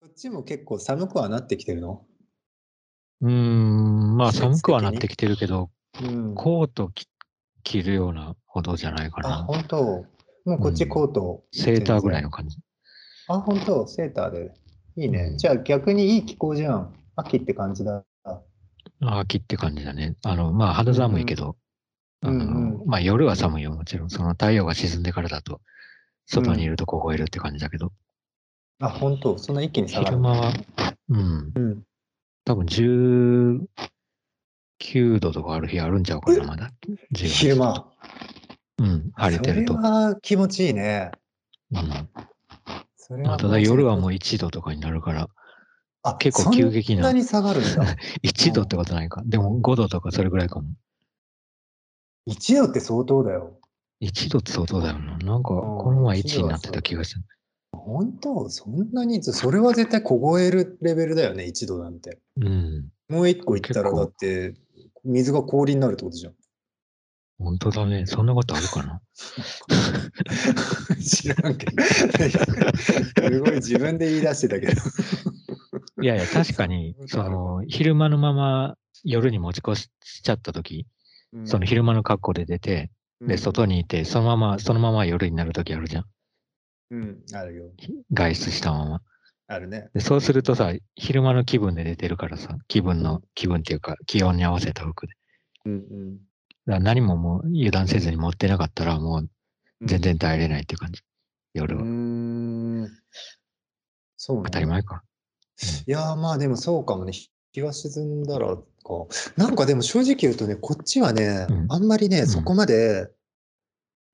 そっちも結構寒くはなってきてるのうーん、まあ季節寒くはなっ的にてきてるけど、うん。コートき着るようなほどじゃないかあ、な。本当。もうこっうちんコート。セーターぐらいの感じ。あ、本当、セーターで。いいね。うんじゃあ逆にいい気候じゃん。秋って感じだ。秋って感じだね。あの、まあ肌寒いけど、うんあうんのまあ夜は寒いよ、もちろん。その太陽が沈んでからだと、外にいると凍えるって感じだけど、あ、本当、そんな一気に下が昼る。間は、うん、うん。多分19度とかある日あるんちゃうかな、まだ。18昼。間。うん、晴れてると。それは気持ちいいね。うんそれまはあ、ただ夜はもうう、 1度とかになるから、あ結構急激なそんなに下がるん だ。 1度ってことないか。でも5度とかそれぐらいかも。 1度って相当だよ。 1度って相当だよな。なんか、うんこの前1になってた気がする。本当、そんなに、それは絶対凍えるレベルだよね、1度なんて。うん。もう1個いったら、結構だって、水が氷になるってことじゃん。本当だね。そんなことあ るかな。知らんけど。すごい自分で言い出してたけど。、いやいや、確かにその、昼間のまま夜に持ち越しちゃったとき、その昼間の格好で出て、で、外にいて、そのまま、そのまま夜になるときあるじゃん。うん。うん、あるよ。外出したまま。あるね。でそうするとさ、昼間の気分で出てるからさ、気分の、気分っていうか、気温に合わせた服で。うんうんだから何ももう油断せずに持ってなかったら、もううん。全然耐えれないっていう感じ。う夜は。ーん。そうね当たり前か。いやーまあでもそうかもね。日が沈んだらか。なんかでも正直言うとね、こっちはね、うんあんまりね、んそこまで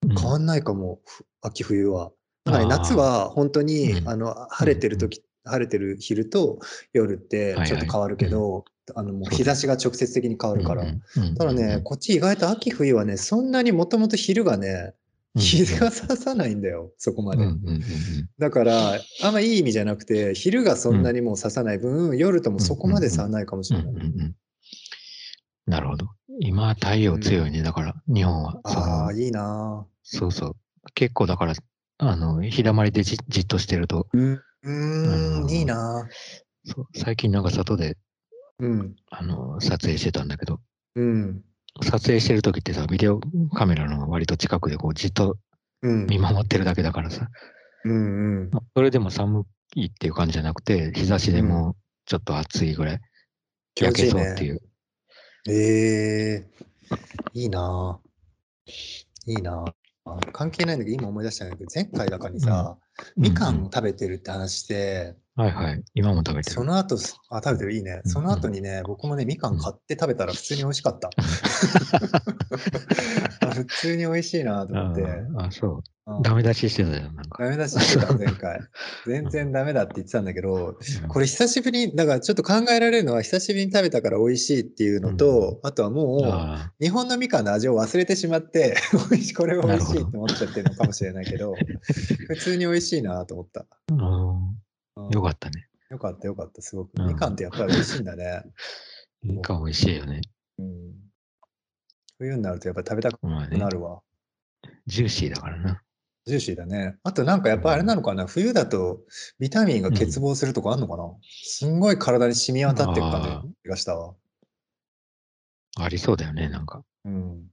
うん変わんないかも、ふ秋冬は。だからね、あー夏は本当に、うんあの晴れてる時、晴れてる昼と夜ってはいはいちょっと変わるけど、あのもう日差しが直接的に変わるから。うんうんただね、、こっち意外と秋冬はね、そんなにもともと昼がね、うん日が差さないんだよ、そこまうんで。うんうんうんだから、あんまいい意味じゃなくて、昼がそんなにもう刺さない分、夜ともそこまで差はないかもしうれんない。うんうんなるほど。今は太陽強いね、だから、日本は。そああ、のいいなそうそう。結構だから、あの、日だまりでじじっとしてると、ーうん、うー、うんんいいなそう最近なんか外で、ーうん、あの、撮影してたんだけど、うん、撮影してる時ってさ、ビデオカメラの割と近くでこうじっとうん、見守ってるだけだからさ、うん、うん。それでも寒いっていう感じじゃなくて、日差しでもちょっと暑いぐらい、気持焼ちいけいそうっていね。う。ええー、いいなーいいなー関係ないんだけど、今思い出したんだけど、前回だかにさ、みかんを食べてるって話して、うんはいはい。今も食べてそる。の後、あ、食べてる、いいね。うんその後にね、僕もね、みかん買って食べたら普通に美味しかった。あ 普通に美味しいなと思って。ああ、そう。うんダメ出ししてたじゃん、なんか。ダメ出ししてた、前回。全然ダメだって言ってたんだけど、これ久しぶりに、だからちょっと考えられるのは、久しぶりに食べたから美味しいっていうのと、あとはもあう、日本のみかんの味を忘れてしまって、 美味しいこれは美味しいって思っちゃってるのかもしれないけど、 普通に美味しいなと思った。ああうんあ、よかったね。よかったよかった、すごく。うんみかんってやっぱり美味しいんだね。みかん美味しいよね。うん、冬になるとやっぱり食べたくうまいねな。るわ。ジューシーだからな。ジューシーだね。あとなんかやっぱあれなのかな、冬だとビタミンが欠乏するとこあんのかな、すんごい体に染み渡ってる感じがしたわ。ありそうだよね、なんか。うん、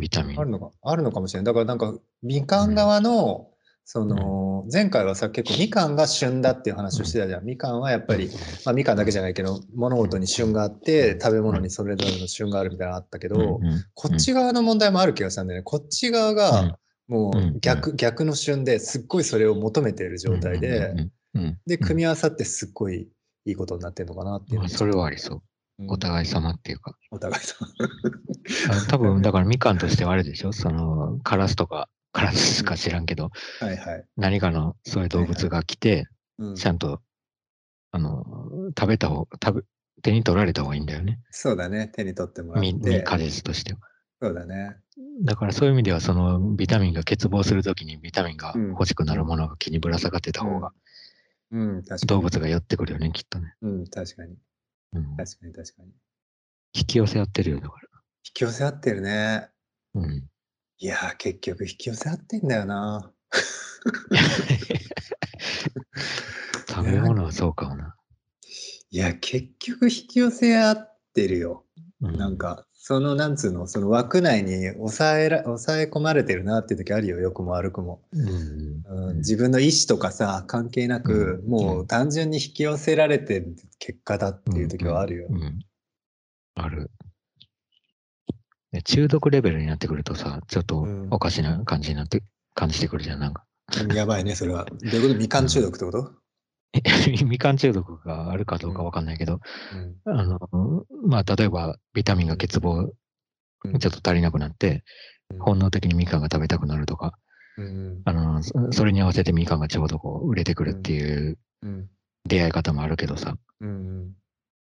ビタミン。あるのかあるのかもしれない。だからなんかみかん側の、その前回はさ結構みかんが旬だっていう話をしてたじゃん。みかんはやっぱり、まあ、みかんだけじゃないけど物事に旬があって食べ物にそれぞれの旬があるみたいなのあったけど、うんうんこっち側の問題もある気がしたんだよね。こっち側がもうんううん逆,、逆の旬ですっごいそれを求めている状態で、うんうんうんで、うん組み合わさってすっごいいいことになってるのかなっていうまのあが、それはありそう。うんお互い様っていうか。お互いさ。あ多分、だからみかんとしてはあれでしょその、カラスとか、カラスか知らんけど、 はいはい。何かのそういう動物が来て、うん、ちゃんと、あの、食べた方、食べ、手に取られた方がいいんだよね。そうだね。手に取ってもらっみ、みて。果実としては。そうだね。だからそういう意味では、その、ビタミンが欠乏するときにビタミンがうん欲しくなるものが気にぶら下がってた方が、うん、確かに。動物が寄ってくるよね、きっとね。うん、確かに。うん確かに確かに。引き寄せ合ってるよ、だか引き寄せ合ってるね。ら。うん。いやー、結局引き寄せ合ってんだよな。多食べ物はそうかもな。いや、結局引き寄せ合ってるよ。うなんか、その、なんつうの、その枠内に抑えら、抑え込まれてるなっていう時あるよ、良くも悪くも。うんうん、自分の意思とかさ、関係なく、うんもう単純に引き寄せられてる結果だっていう時はあるよう。ん。ある。ね中毒レベルになってくるとさ、ちょっとうんおかしな感じになって、感じてくるじゃん。なんか、 やばいね、それは。どういうことみかん中毒ってこと、みかん中毒があるかどうかわかんないけど、うんあの、まあ、例えばビタミンが欠乏、うんちょっと足りなくなって、うん本能的にみかんが食べたくなるとか、うんあの、そそれに合わせてみかんがちょうどこう売れてくるっていううん出会い方もあるけどさ、うん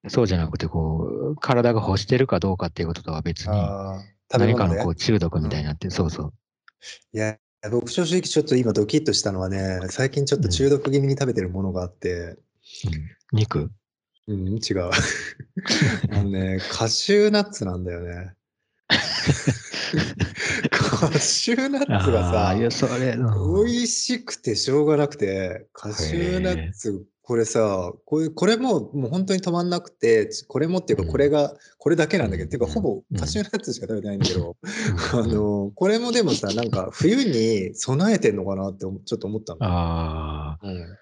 そうじゃなくて、こう、体が欲してるかどうかっていうこととは別に、あー食べ何か物のでこう中毒みたいになって、そうそう。いや僕正直ちょっと今ドキッとしたのはね最近ちょっと中毒気味に食べてるものがあって、うん肉うん、 違うあの ねカシューナッツなんだよねカシューナッツがあさあ、いや、それ、うん美味しくてしょうがなくて、カシューナッツ、これさ、これこれもうもう本当に止まんなくて、これもっていううか、んこれが、これだけなんだけど、っていうか、うんほぼうんカシューナッツしか食べてないんだけど、あうんの、これもでも さ、なんか冬に備えてんのかなって思ちょっと思ったの。あうん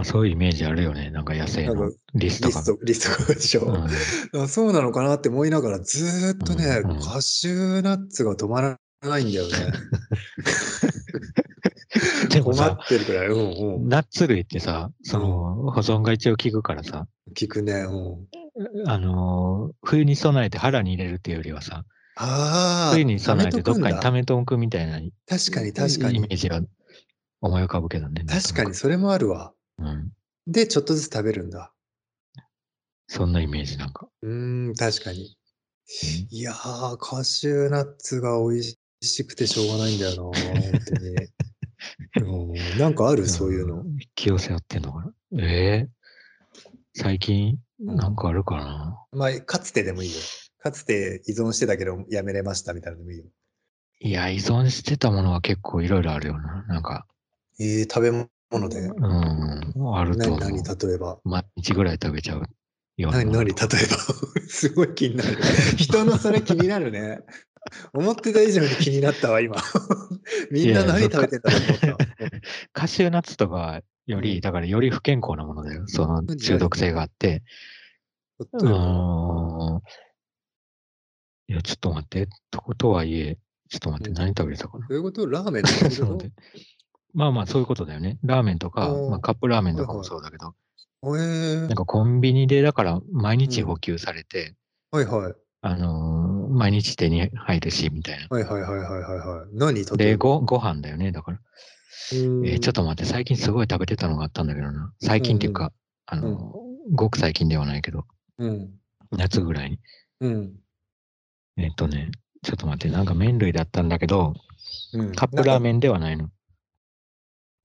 あ、そういうイメージあるよね。なんか野生なんのかリストリがス。ト、リストがでしょ。だからそうなのかなって思いながら、ずーっとねうんうん、カシューナッツが止まらないんだよね。うん でも困さ、ってるくらい、うんうん。ナッツ類ってさ、その保存が一応効くからさ、聞くね、うん。あのー冬に備えて腹に入れるっていうよりはさ、ああ、冬に備えてどっかにた溜めとくみたいなイ確かに確かイに。メージが思い浮かぶけどね。なん確かに、それもあるわ。うん。で、ちょっとずつ食べるんだ。そんなイメージなんか。うーん、確かに。いやー、カシューナッツが美味しくてしょうがないんだよな、 本当に。うんなんかある、そういうの。引き寄せ合ってんのかなええ最近、んなんかあるかな、まあ、かつてでもいいよ。かつて依存してたけど、やめれましたみたいなのでもいいよ。いや、依存してたものは結構いろいろあるよな。なんか、えー、食べ物で。うん、あると思何、う。何、例えば。毎日ぐらい食べちゃうような何、もの何、例えば。 すごい気になる。人のそれ気になるね。思ってた以上に気になったわ、今。 みんな何食べてんだろうと 思った。カシューナッツとかより、だからより不健康なものだよ。その何中毒性があって。う例えばん。いや、ちょっと待って。とことはいえ、ちょっと待って、うん何食べてたかなどういうことラーメンとかちょっと待って。まあまあ、そういうことだよね。ラーメンとか、うんまあ、カップラーメンとかもそうだけど、えーなんかコンビニで、だから毎日補給されて、はいはい。あのー毎日手に入るし、みたいな。はいはいはいはいはいはい。何とで、ご、ご飯だよね、だから。えーちょと。っと待って、最近すごい食べてたのがあったんだけどな。最近っていうか、あのー、ごく最近ではないけど、うん。夏ぐらいに。うん。えっ、とね、ちょっと待って、なんか麺類だったんだけど、うんカップラーン。メンではないの。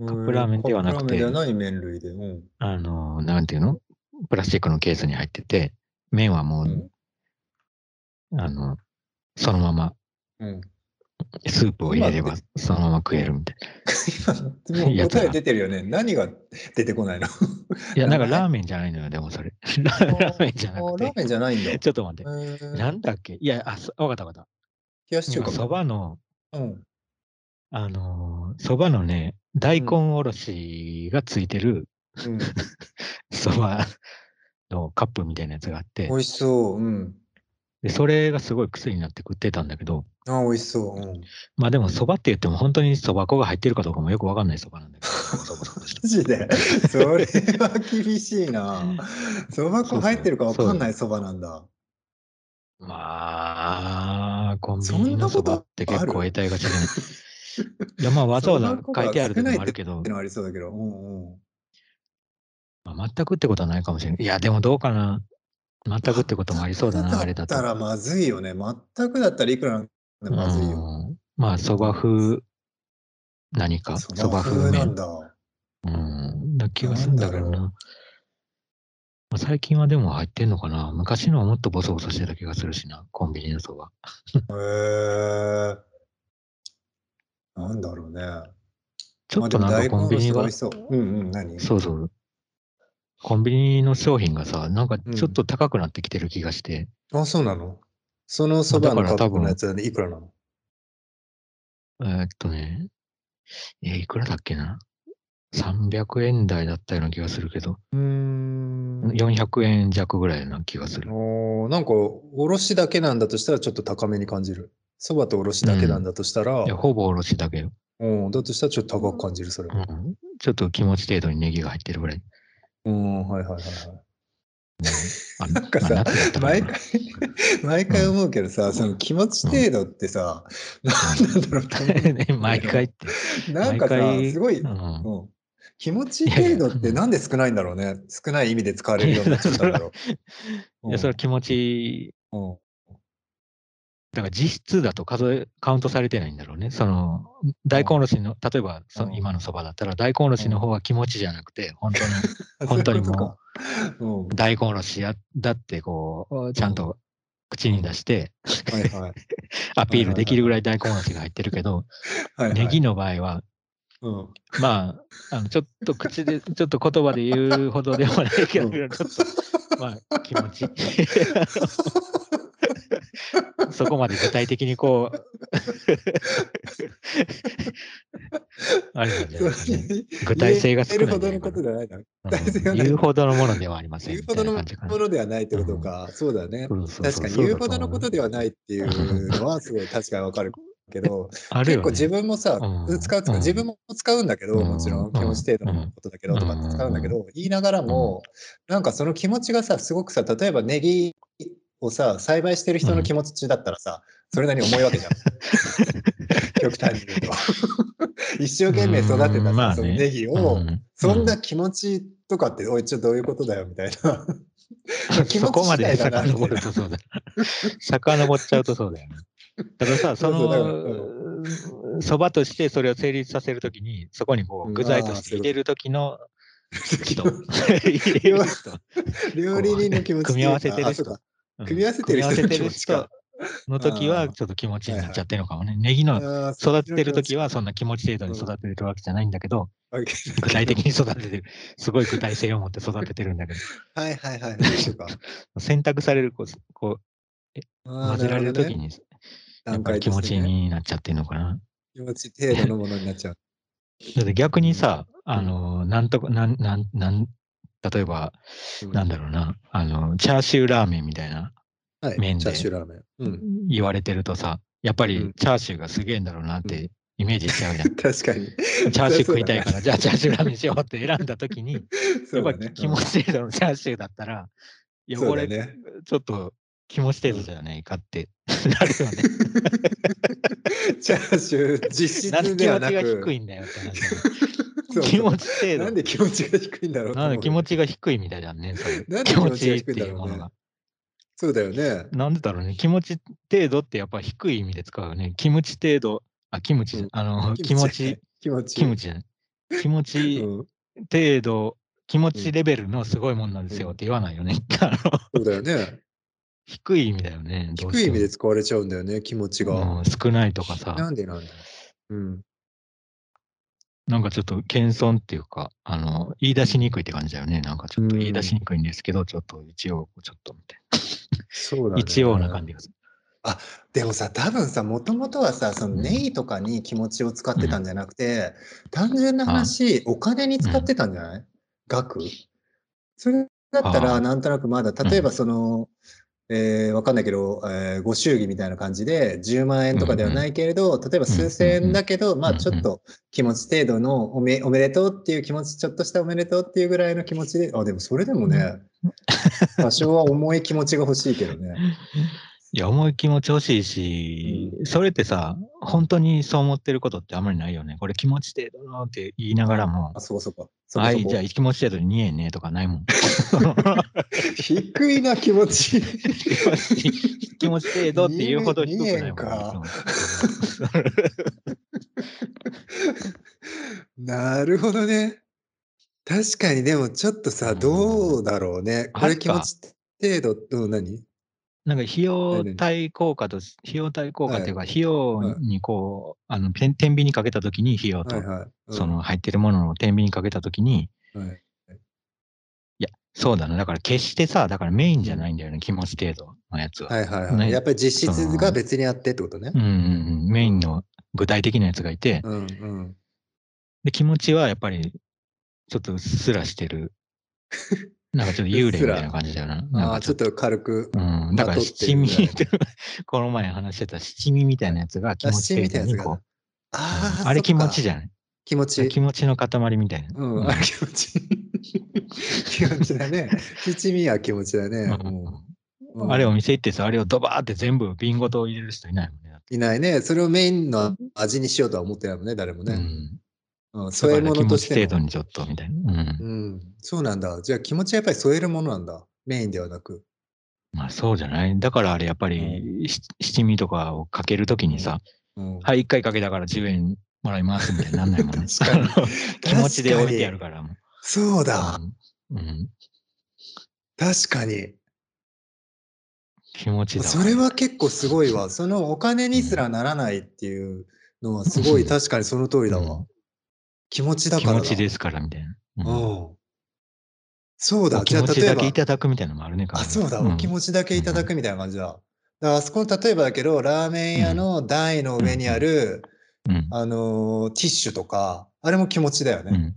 カップラーメンではなくてカップラーメンではない麺類で。うん。あのーなんていうのプラスチックのケースに入ってて、麺はもう、うんあの、そのまま、 うん。スープを入れれば今、そのまま食えるみたい今、もやうつ だ答え出てるよね。何が出てこないのな。いや、なんなかんかラーメンじゃないのよ、でもそれ。 ラーメンじゃなあくラーて。メンじゃないんだ。ちょっと待って。えーなんだっけいや、あ、そわかったわかっ。冷やした中今、華そか。ばの、うん。あのー、そばのね、大根おろしがついてるうんそばのカップみたいなやつがあって美、味しそう。うん。でそれがすごい癖になって食ってたんだけど、あ、美味しそう。うん。まあでも、そばって言っても、本当にそば粉が入ってるかどうかもよくわかんないそばなんだけど、そばそばそ ばマジで。それは厳しいな。そば粉入ってるかわかんないそばなんだ。 まあ、コンビそニんのなこそばとって結構ある得体が違う。 いや、まあ、わざわざそんなこと書いてある少時ないもあるけどって、のはありそうだけど。うんうん。まあ、全くってことはないかもしれない。いや、でもどうかな。全くってこともありそうだな、あれだっとた。らまずいよね。全くだったらいくらなんでもまずいよ。うんまあ、そば風、何か、そばな風麺ん。だ。うん、だ気がするんだけどなんだな。ろまあ最近はでも入ってんのかな。昔のはもっとボソボソしてた気がするしな、コンビニのそば。へえ。なんだろうね。ちょっとなんかコンビニが美は、味しそう。うんうん、何そうそう。コンビニの商品がさ、なんかちょっと高くなってきてる気がして、あ、そうなのそのそばのだカからッ多プ分のやつはね、いくらなのえーっとね、えーいくらだっけな ?300 円台だったような気がするけど、うーん。 400円弱ぐらいな気がする。おーなんか、おろしだけなんだとしたらちょっと高めに感じる。そばとおろしだけなんだとしたらいや、、ほぼおろしだけよ。うん、だとしたらちょっと高く感じる、それうは。ん。ちょっと気持ち程度にネギが入ってるぐらい。うん、はいはいはいはい。あなんかさまあ夏だったから毎な回、毎回思うけどさ、その気持ち程度ってさ、なんだろう多分 毎回って。なんかさ毎、回すごい、ううんん。気持ち程度ってなんで少ないんだろうね。少ない意味で使われるようになっちゃったんだろう。いや、それは気持ち、うんうんだから実質だと数え、カウントされてないんだろうね。その、大根おろしの、例えばそうのん今のそばだったら、大根おろしの方は気持ちじゃなくて、本当に本当にもそういうことか大根おろしや、だってこう、ちゃんと口に出して、うんはいはいアピールできるぐらい大根おろしが入ってるけど、はいはいネギの場合は、うん まあ、あのちょっと口で、ちょっと言葉で言うほどでもないけど、ちょっと、まあ、気持ち。 そこまで具体的にこう、 あれなんじゃないですかね。具体性が少ないん言えてるじゃないほどのこかとじゃないな。うん言うほどのものではありません言うみたほいどのな感じかな。ものではないってことか。そうだね。そうそう確そうかにそう言だうほどのことではないっていうのは、すごい確かにわかるけど、ある結よ、構自ね。分もさ、うん使う使ううん自分も使うんだけど、うんもちろん気持ち程度のことだけどとかって使うんだけど、言いながらも、なんかその気持ちがさすごくさ例えばネギをさ栽培してる人の気持ちだったらさ、それなりに重いわけ じゃん。極端に言うと 一生懸命育てたさ、うんまあねそのネギを、うんそんな気持ちとかって、おいちょっとどういうことだよみたいな うん気持ちそこまで次第だな遡るとそ うだ。遡っちゃうとそうだよね。たださ、そそうの、そばとしてそれを成立させるときに、そこにこううん具材として入れるときの人、 入れる人、料理人の気持ち組み合わせてる人あそうかうん組み合わせてる人の組み合わ気せ持ちかの時あは、ーちょっと気持ちになっちゃってるのかもね。ネギのあーそ育っちの気持ちててる時は、そんな気持ち程度に育ててるわけじゃないんだけど、あ具体的に育ててる。すごい具体性を持って育ててるんだけはいはいはい。そうかど、選択される、こう、こうあー混ぜられるとなきほどねに、やっ段ぱ階り気と持してちねになっちゃってるのかな。気持ち程度のものになっちゃう。だって逆にさ、あの、なんとか、なん、なん、なん、例えば、なんだろうな、あの、チャーシューラーメンみたいなはい、麺でチャーシューラーメン。うん、言われてるとさ、やっぱうりんチャーシューがすげえんだろうなってイメージしちゃうじゃん。確かに。 チャーシューそう食だねいたいから、じゃあチャーシューラーメンしようって選んだ時に、そやっうだぱね。気持ち程度のチャーシューだったら、いや、そうこだれ、ね。ちょっと気持ち程度じゃないかってなるよ ね。チャーシュー実なんで質気では持なちがく。低いんだよって話だよねそうそう気持ち程度。なんで気持ちが低いんだろうとな思んうで気持ちが低いみたいだね、それなんで気気持持ちちいがいっ低いんてだいうろもうのねが。。そうだよね。なんでだろうね、気持ち程度ってやっぱ低い意味で使うよね。キムチ程度、あ、 キムチじゃん、うんあの、気持ち、。気持ち。キ ムチじゃない。気持ちうん程度、気持ちレベルのすごいもんなんですよって言わないよね。 あのそうだよね。低い意味だよね。 どう低いして意も味で使われちゃうんだよね、気持ちうが。ん少ないとかさな、んでなんだうん。なんかちょっと謙遜っていうか、あの、言い出しにくいって感じだよね。なんかちょっと言い出しにくいんですけど、ちょっと一応、ちょっとみたいそうだな。ね。一応な感じがする。でもさ多分さもともとはさそのうんネギとかに気持ちを使ってたんじゃなくて、単純な話お金に使ってたんじゃない、額それだったああらなんとなくまだ例えばその、えーわかんないけど、えーご祝儀みたいな感じで10万円とかではないけれど、例えば数千円だけど、まあちょっと気持ち程度のおめおめでとうっていう気持ちちょっとしたおめでとうっていうぐらいの気持ちであでもそれでもね多少は重い気持ちが欲しいけどね。いや、重い気持ち欲しいし、それってさ、本当にそう思ってることってあんまりないよね。これ気持ち程度のって言いながらもあ、そうそうか。そこはそい、こじゃあ気持ち程度に2円ねとかないも ん。低いな気持ち。 気持ち気持ち程度っていうほど低くないもん。 2円なるほどね。確かにでもちょっとうさんどうだろうね。こあれる気か持ち程度どう何？なんか費用対効果とし、費用対効果っていうか、費用にこう、あの、てん天秤にかけたときに費用と、はいはい。うんその入ってるものの天秤にかけたときに、はいいや、そうだね。だから決してさ、だからメインじゃないんだよね、気持ち程度のやつは。はいはいはい。ねやっぱり実質が別にあってってことねう。んうんうん、メインの具体的なやつがいて、うんうん。で気持ちはやっぱりちょっとうっすらしてる。 なんかちょっと幽霊みたいな感じだよな。なんああ、かちょっと軽く。うん、だからまとって七るみ味たいな、この前話してた七味みたいなやつが気持ち七味みたいなやつにがこう、あうんあ、あれ気持ちじゃん。ゃない気持ち。気持ちの塊みたいな。うん、あれ気持ち。 気持ちだね。七味は気持ちだね。うんうんあれお店行ってさ、あれをドバーって全部瓶ごと入れる人いないもんね。だっていないね。それをメインの味にしようとは思ってないもんね、誰もうね。んうん、添えだから気物持としちて程の度。にちょっとみたいな。うんうん、そうなんだ。じゃあ気持ちはやっぱり添えるものなんだ。メインではなく。まあそうじゃない。だからあれやっぱりし七味とかをかけるときにさ、うん、。はい、一回かけたから10円もらいますみたいになんないもんね 確かにあの 気持ちで置いてやるからもう。そうだ。うんうん確かに。気持ちだわ。それは結構すごいわ。そのお金にすらならないっていうのはすごい確かにその通りだうわん。気持ちだ気から持だ。ちですからみたいな。うんうん。そうだ。お気じゃあ持ち例えだばけ。いただくみたいなのもあるね。あ、そうだ。んお気持ちだけいただくみたいな感じだ。だからあそこの例えばだけど、ラーメン屋の台の上にある、うんあのーティッシュとか、あれも気持ちだよね。うん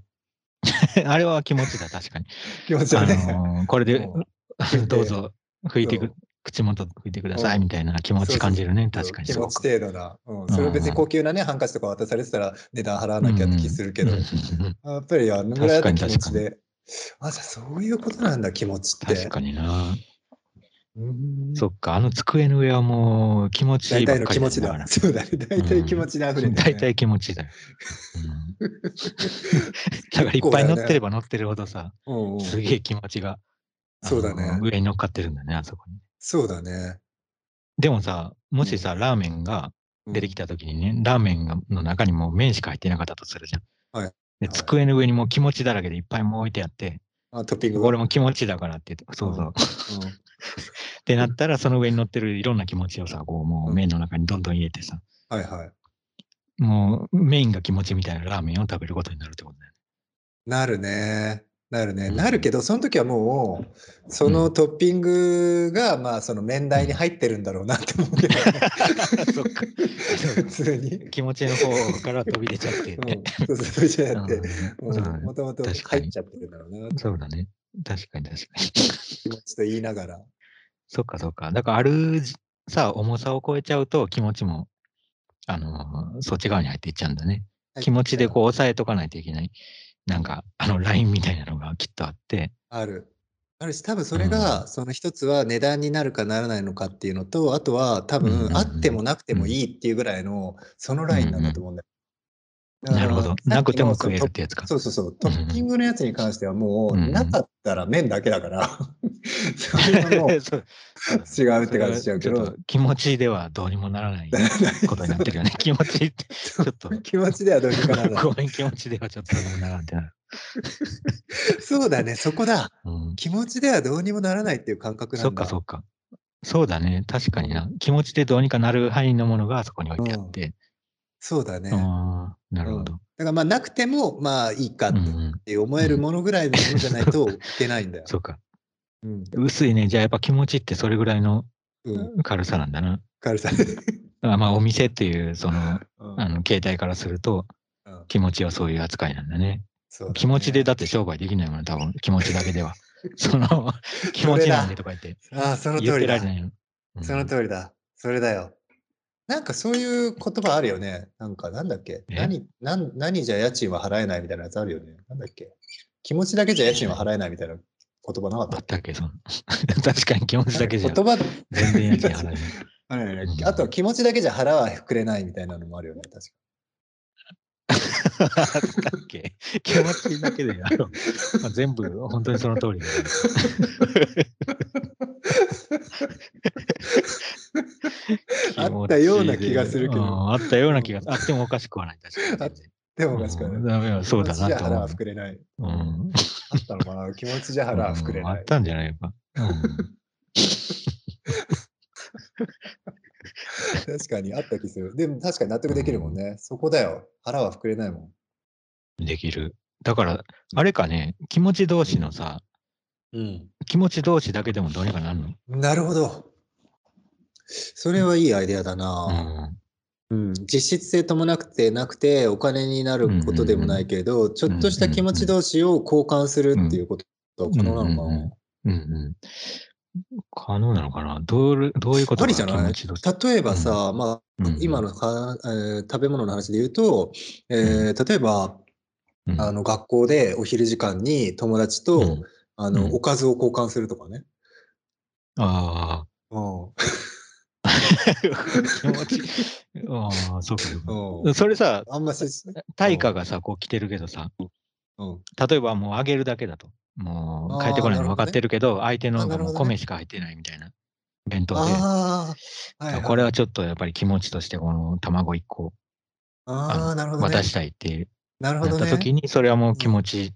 あれは気持ちだ、確かに。 気持ちあだね。のーこれで うんどうぞ拭いてそくう、口元拭いてくださういんみたいな気持ち感じるね、確かに。気す持ごちく程度な。うん。それは別に高級なね、ハンカチとか渡されてたら値段払わなきゃって気するけどうんう、んうんやっぱりあのぐらいの気持確かちに確で。あ、じゃあそういうことなんだ、気持ちって。確かにな。うんそっか、あの机の上はもう気持ちい大いばっ体のか気り持ちだかだら。。そうだね。大体気持ちで溢れてるね。大体気持ちいいだよ。う んだからいっぱい乗ってれば乗ってるほどさ、うんうんすげえ気持ちが、あのそうだね上に乗っかってるんだね、あそこに。そうだね。でもさ、もしさ、ラーメンが出てきた時にね、ラーメンがの中にもう麺しか入ってなかったとするじゃん。はいではい机の上にもう気持ちだらけでいっぱいもう置いてあって、あトッピングこれも気持ちだからって言って、そうそう。うんってなったら、その上に乗ってるいろんな気持ちをさ、こう、もう麺の中にどんどん入れてさ、はいはい。もうメインが気持ちみたいなラーメンを食べることになるってことだよね。なるね。なるね。うんなるけど、その時はもう、そのトッピングが、まあ、その面台に入ってるんだろうなって思 うけどね、そっか。普通に。 気持ちの方から飛び出ちゃ ってっうてん。、そうそうじゃなくて、うんそうだねもともと確か入にっちゃってるんだろうな、そうだね。確かに確かに。気持ちと言いながら。そっかそっか。だからあるじさ、重さを超えちゃうと気持ちも、あのーそっち側に入っていっちゃうんだね。気持ちでこう抑えとかないといけない。なんか、あの、ラインみたいなのがきっとあって。ある。あるし、多分それが、その一つは値段になるかならないのかっていうのと、あとは多うんうんう分んあってもなくてもいいっていうぐらいの、そのラインなんだと思うんだよ。だかならるほど。なくても食えるってやつか。そうそうそう、トッピングのやつに関してはもう、うんなかったら麺だけだ から、それはもうそう違うって感じしちゃうけそれはどちょっ、と気持ちではどうにもなら ないことになってるよね。気持ちって、ちょっと、気持ちではどうにかならない。ごめん、気持ちではちょっとどうにもならんってなる。そうだね、そこだ。うん気持ちではどうにもならないっていう感覚なんだ。そっかそっか。そうだね。確かにな。気持ちでどうにかなる範囲のものがあそこに置いてあって。そうだね。だああ、なるほど。からまあなくてもまあいいかっうんうんて思えるものぐらいのものじゃないといけないんだよ。そうか。うん。薄いね。じゃあやっぱ気持ちってそれぐらいのうん。軽さなんだな。軽さ。あまあお店っていう、その、うんあの、携帯からするとうん気持ちはそういう扱いなんだね。そうだね気持ちでだって商売できないもんね、多分。気持ちだ けでは。その、気持ちなんでとか言って。ああ、その言っ通りてらだれ。ないの。うんその通りだ。それだよ。なんかそういう言葉あるよね。なんかなんだっけえ何何何じゃ家賃は払えないみたいなやつあるよね。なんだっけ気持ちだけじゃ家賃は 払えないみたいな言葉なかっあたったっけ、その。 確かに気持ちだけじゃ言葉全然家賃払えない。 あるよねう。んあとは気持ちだけじゃ腹は膨れないみたいなのもあるよね。確かあったっけ気持ちだけでやろう。 まあ、全部、本当にその通りだな あったような気がするけど気持ちでうんあったような気が、あってもおかしくはない。確かに。でも確かに。ダメよそうだ気持ちじなゃと腹思は膨れない。う。うん。あったのかな気持ちじゃ腹は 膨れうんなあいっ。たんじゃないか。うん確かにあった気する。でも確かに納得できるもんね。そこだよ。腹は膨れないもん。できる。だから、あれかね、気持ち同士のさ、うん。気持ち同士だけでもどうにかなるの。なるほど。それはいいアイデアだな、うんうん実質性ともなくて、なくて、お金になることでもないけれど、ちょっとした気持ち同士を交換するっていうことは可能なのかな、うんうんうんうんうん。可能なのかなどうるどういうことありじゃない気持ち同士例えばさ、まあうん、今のか、えー食べ物の話で言うと、えー例えば、うんあの学校でお昼時間に友達と、うんあの、うんおかずを交換するとかね。ああ、うん。気持ち。ああ、そうかそうか。うんそれさ、あんまし、対価がさ、こう来てるけどさ、うん。例えばもうあげるだけだと。もう帰ってこないの分かってるけど、相手のあなるほもうどね米しか入ってないみたいな弁当で。ああ、はいはい、これはちょっとやっぱり気持ちとしてこの卵1個ああ、なるほど、ね。渡したいってなるほなっどたね。時に、それはもう気持ち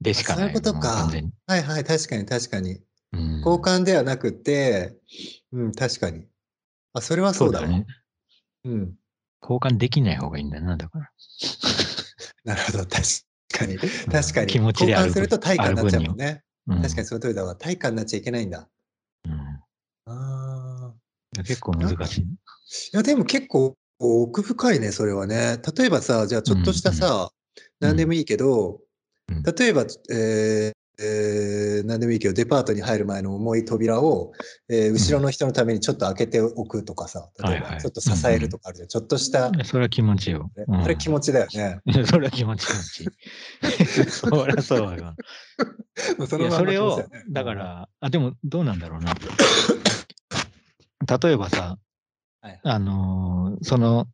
でしかなうんい。あそういうことかも完全にはいはい、確かに確かに。うん交換ではなくて、うん、確かに。あ、それはそそううだだわ。ね。うん。交換できない方がいいんだな、だから。なるほど、確かに。うん確かに。気持ちであ交換するると対価になっちゃうもんね。うん確かにその通りだわ。対価になっちゃいけないんだ。うんああ。結構難しい。いや、でも結構奥深いね、それはね。例えばさ、じゃあちょっとしたさ、うん何でもいいけど、うん例えば、えーえー何でもいいけど、デパートに入る前の重い扉を、えー後ろの人のためにちょっと開けておくとかさ、例えはいはばいちょっと支えるとかあるじゃん。ちょっとした、ねそれは気持ちよ。うんあれ気持ちだよね。いやそれは気持ちいい。 そりゃそうだそよ。いやまそんまれ気持ちをよね、だか、ら、あ、でもどうなんだろうな。例えばさ、はいあのーその、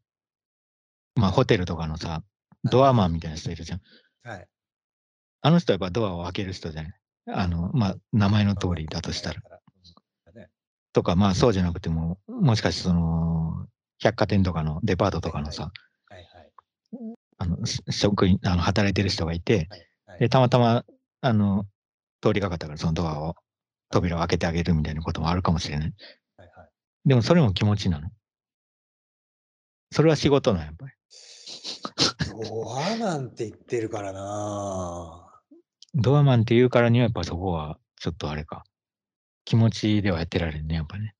まあホテルとかのさ、ドアマンみたいな人いるじゃん。はい。あの人はやっぱドアを開ける人じゃない。あの、まあ名前の通りだとしたら。ね。とか、まあそうじゃなくても、もしかしてその、百貨店とかのデパートとかのさ、はいはいあの、し職員、あの、働いてる人がいて、はいはい。で、たまたま、あの、通りかかったから、そのドアを、扉を開けてあげるみたいなこともあるかもしれない。はいはいでも、それも気持ちなの。それは仕事なんやっぱり。ドアなんて言ってるからなドアマンって言うからには、やっぱそこは、ちょっとあれか。気持ちではやってられるね、やっぱね。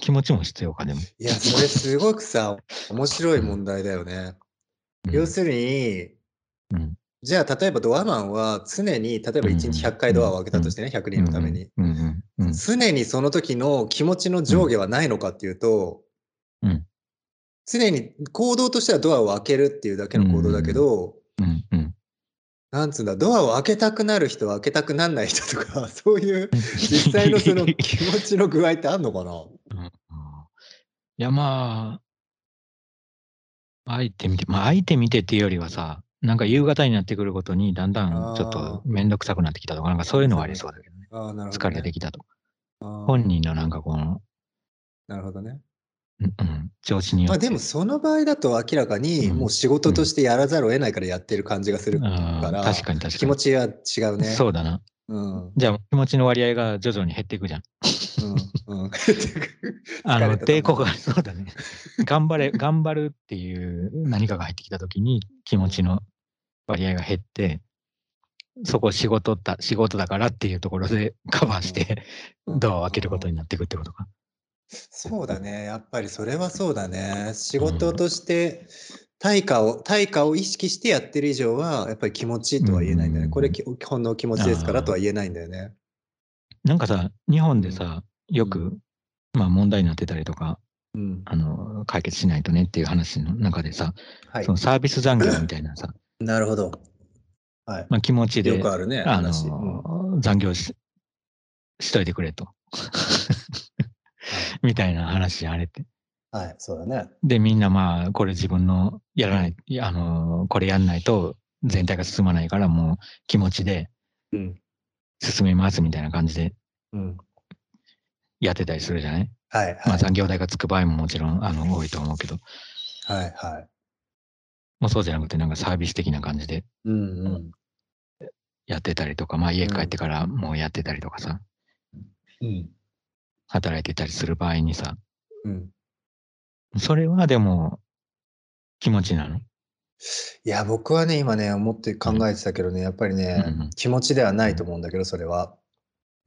気持ちも必要か、でも。いや、それすごくさ、面白い問題だよね。うん要するに、うんじゃあ、例えばドアマンは常に、例えば1日100回ドアを開けたとしてね、100人のために。。うんうんうん。常にその時の気持ちの上下はないのかっていうとうん、常に行動としてはドアを開けるっていうだけの行動だけど、うんうん。なんつうんだ、ドアを開けたくなる人、開けたくなんない人とか、そういう実際のそ の気持ちの具合ってあんのかなうんいや、まあ、相手見て、まあ、相手見てっていうよりはさ、なんか夕方になってくることに、だんだんちょっとあーめんどくさくなってきたとか、なんかそういうのはありそうだけどね。あーなるほどね疲れてきたとか。あー本人のなんかこの、なるほどね。うんうん、調子によまっあて。でもその場合だと明らかにうんもう仕事としてやらざるを得ないからやってる感じがするかあーら、確かに確かに。気持ちは違うね。そうだな。うん。うん。じゃあ気持ちの割合が徐々に減っていくじゃん。うん。あの疲れたと思う抵抗が、そうだね。頑張れ、頑張るっていう何かが入ってきたときに気持ちの割合が減って、そこ仕事だ、仕事だからっていうところで カバーして、うん ドアを開けることになっていくってことか。そうだね。やっぱりそれはそうだね。仕事として対価を、対価を意識してやってる以上は、やっぱり気持ちとは言えないんだようね。んこれ、きほんの気持ちですからとは言えないんだよね。なんかさ、日本でさ、よく、まあ問題になってたりとか、うん。あの、解決しないとねっていう話の中でさ、はいそ。のサービス残業みたいなさ、なるほど。はい。まあ気持ちでよくあるね、あ話。うんの、残業ししといてくれと。みたいな話あれって。はい、はいそうだね。で、みんなまあ、これ自分のやらない、いやあの、これやんないと全体が進まないから、もう気持ちでうん。進めますみたいな感じでうん。やってたりするじゃない、はい、はい。まあ、残業代がつく場合ももちろん、あの、多いと思うけど、はいはい。もうそうじゃなくて、なんかサービス的な感じでうんうん。やってたりとか、まあ、家帰ってからもうやってたりとかさ、うん。働いてたりする場合にさ、うん、それはでも、気持ちなのいや、僕はね、今ね、思って考えてたけどね、やっぱりね、うんうん気持ちではないと思うんだけど、それは。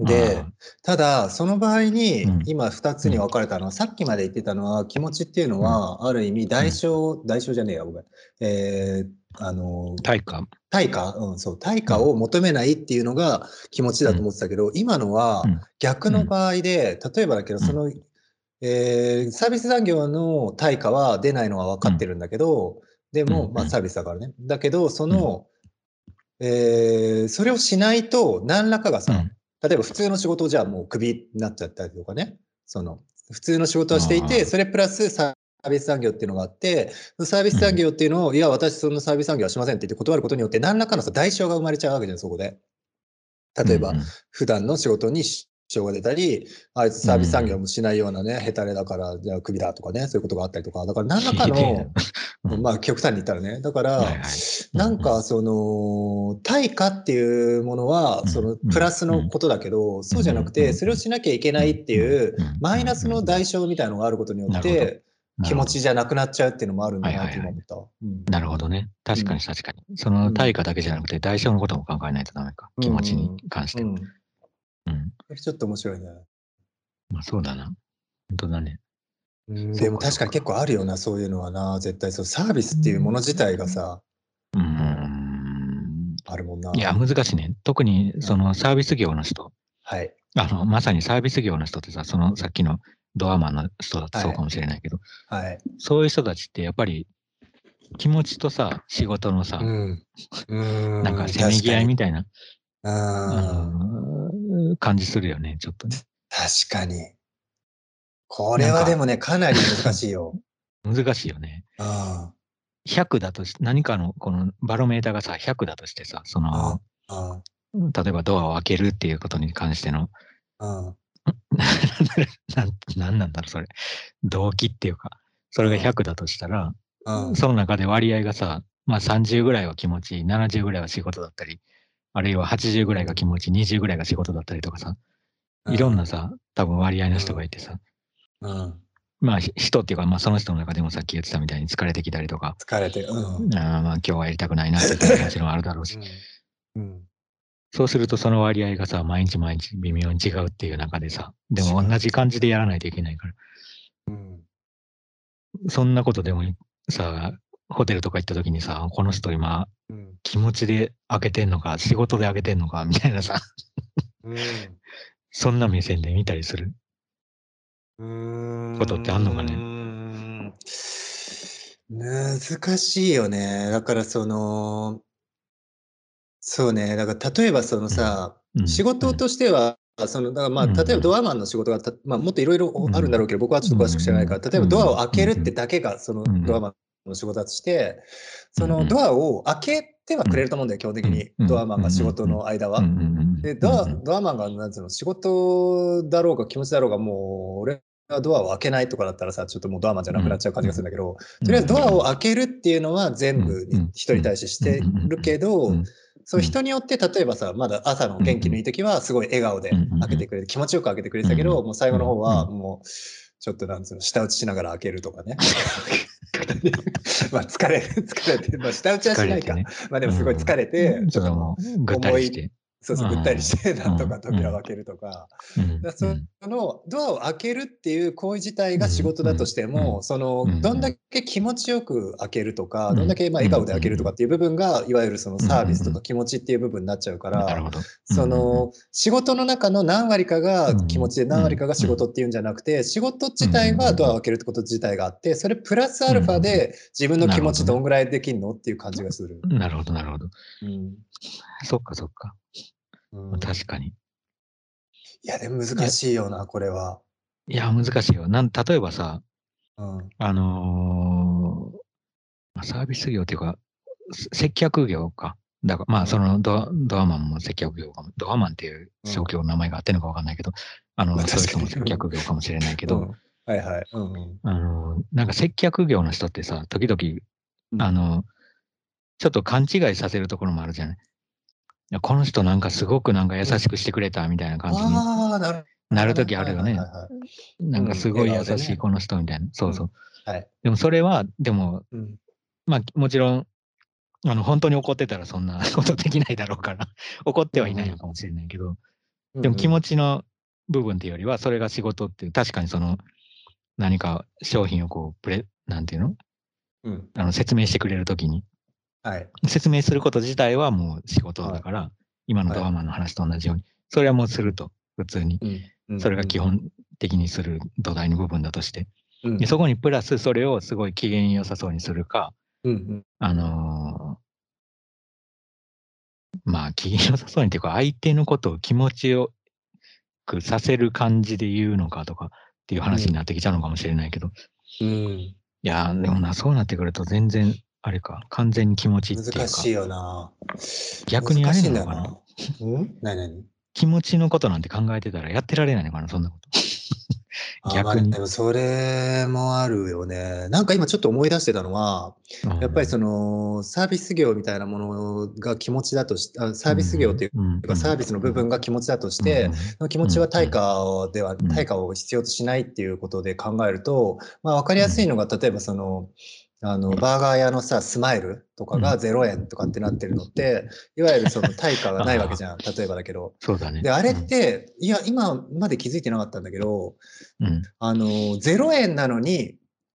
あでー、ただ、その場合にうん、今2つに分かれたのは、さっきまで言ってたのは、気持ちっていうのは、ある意味、代償、代償じゃねえや、ごめん。えーあの、対価。対価、うん、そう、対価を求めないっていうのが気持ちだと思ってたけど、今のはうん逆の場合で、例えばだけど、うんその、えーサービス残業の対価は出ないのは分かってるんだけど、でうんも、うんまあサービスだからね。だけど、その、えーそれをしないと、何らかがうさ、ん。例えば普通の仕事じゃもうクビになっちゃったりとかね、その普通の仕事をしていあて、ーそれプラスサービス産業っていうのがあって、そのサービス産業っていうのを、いや、私そのサービス産業はしませんって言って断ることによって、何らかのさ代償が生まれちゃうわけじゃん、そこで。例えば、うんうん普段の仕事に支障が出たり、あいつサービス産業もしないようなね、ヘタレだから、じゃあクビだとかね、そういうことがあったりとか、だから何ら かひどいの、うんまあ極端に言ったらね、だから、はいはいなんかその対価っていうものはうんそのうんプラスのことだけどそうじゃなくうんうてんそれをしなきゃいけないっていううんマイナスの代償みたいのがあることによっなるて気持ちじゃなくなっちゃうっていうのもあるんだなって今思った。うんなるほどね。確かに確かに。その対価だけじゃなくて、代償のことも考えないとダメか。うん気持ちに関して。ううんん。ちょっと面白いね。まあそうだな。本当だね。うんでも確かに結構あるよなそういうのはな絶対そうサービスっていうもの自体がさうーん。あるもんないや、難しいね。特に、そのサービス業の人。はいあの、まさにサービス業の人ってさ、そのさっきのドアマンの人だってそうかもしれないけど、はいそういう人たちってやっぱり気持ちとさ、仕事のさ、んうんなんかせめぎ合いみたいな、確かにうんうん感じするよね、ちょっとね。確かに。これはでもね、かなり難しい よ。難しいよね。あ100だとし、何かのこのバロメーターがさ、100だとしてさ、そあの、あ、例えばドアを開けるっていうことに関しての、あなんなんなんだろう、それ。動機っていうか、それが100だとしたら、あ、その中で割合がさ、まあ30ぐらいは気持ちいい、70ぐらいは仕事だったり、あるいは80ぐらいが気持ちいい、20ぐらいが仕事だったりとかさ、いろんなさ、多分割合の人がいてさ、うん。まあひ人っていうか、まあその人の中でもさっき言ってたみたいに疲れてきたりとか、疲れて、うん。あーまあ今日はやりたくないなっていうのももちろんあるだろうし、うん。そうするとその割合がさ、毎日毎日微妙に違うっていう中でさ、でも同じ感じでやらないといけないから、うん。そんなことでもさ、ホテルとか行った時にさ、この人今うん。気持ちで開けてんのか、仕事で開けてんのか、みたいなさ、そんな目線で見たりする。うん。ことってあんのかねね。難しいよね。だからその、そうね。だから例えばそのさ、うん仕事、としては、そのだからまあうん例えばドアマンの仕事がた、まあ、もっといろいろあるんだろうけど、僕はちょっと詳しく知らないから、うん例えばドアを開けるってだけがそのうんドアマンの仕事だとして、そうんのドアを開けてはくれると思うんだよ、基本的に、うんドアマンが仕事の間うは。んうんうんでドアうんドアマンがなんつうの仕事だろうが気持ちだろうがもう俺がドアを開けないとかだったらさちょっともうドアマンじゃなくなっちゃう感じがするんだけど、とりあえずドアを開けるっていうのは全部うんうん人に対してしてるけど、うんそう人によって例えばさまだ朝の元気のいい時はすごい笑顔でうん開けてくれて気持ちよく開けてくれてたけど、うんもう最後の方はうもうちょっとなんつうの舌打ちしながら開けるとか ね。 まあ疲れ疲れて、まあ、舌打ちはし疲なれいてか、ね。まあでもすごい疲れて、うんちょっともう、ぐったりして。そうそうぐったりしてうんなんとか扉をうん開けるとか。うんだからそのドアを開けるっていう行為自体が仕事だとしてうも、そのうんどんだけ気持ちよく開けるとか、うんどんだけまあ笑顔で開けるとかっていう部分が、いわゆるそのサービスとうんうか気持ちっていう部分になっちゃうかなるら、ほど。そうんうんの仕事の中の何割かが気持ちでうん何割かが仕事っていうんじゃなくて、仕事自体はドアを開けるってこと自体があって、それプラスアルファで自分の気持ちどんぐらいできるのっていう感じがする。うんなるほど、なるほど。うんそっかそっか。うん確かに。いや、でも難しいよな、これは。いや、難しいよ。なん例えばさ、うんあのーまあサービス業っていうか、せ接客業か。だから、まあ、そのドアドアマンも接客業かも。ドアマンっていう商業の名前があってんのかわかんないけど、あの、まあそういう人も確か接に客業かもしれないけうど、んはいはい。うんうんあの、なんか接客業の人ってさ、時々、うんあの、ちょっと勘違いさせるところもあるじゃない。いやこの人なんかすごくなんか優しくしてくれたみたいな感じにああ、なるほど。なるときあるよねは。いはいはいなんかすごい優笑顔でしねいこの人みたいな。そうそう。はいでもそれは、でも、うんまあもちろんあの、本当に怒ってたらそんなことできないだろうから、 怒ってはいないのかもしれないけど、でも気持ち、ちの部分っていうよりは、それが仕事っていう、確かにその、何か商品をこう、プレ、なんていうのうん、あの、説明してくれるときに、はい。説明すること自体はもう仕事だから、今のドアマンの話と同じように、それはもうすると、普通に。うんそれが基、本的にする土台の部分だとして。うんでそこにプラスそれをすごい機嫌良さそうにするか、うんうんあのーまあ、機嫌良さそうにっていうか、相手のことを気持ちよくさせる感じで言うのかとかっていう話になってきちゃうのかもしれないけど、いうんやー、でもな、そうなってくると全然、あれか、完全に気持ちっていうか、難しいよな。逆にあれなのかな難しいんだよな。うん何何気持ちのことなんて考えてたらやってられないのかな、そんなこと。あ逆まにあでもそれもあるよね。なんか今ちょっと思い出してたのは、やっぱりその、のサービス業みたいなものが気持ちだとしあサービス業といううんか、サービスの部分が気持ちだとして、、その気持ちは対価をでは、ん対価を必要としないっていうことで考えると、まあ分かりやすいのが、例えばその、あの、バーガー屋のさ、スマイルとかが0円とかってなってるのって、いわゆるその対価がないわけじゃん。例えばだけど。そうだね。で、あれって、いや、今まで気づいてなかったんだけど、うん、うんあの、0円なのに、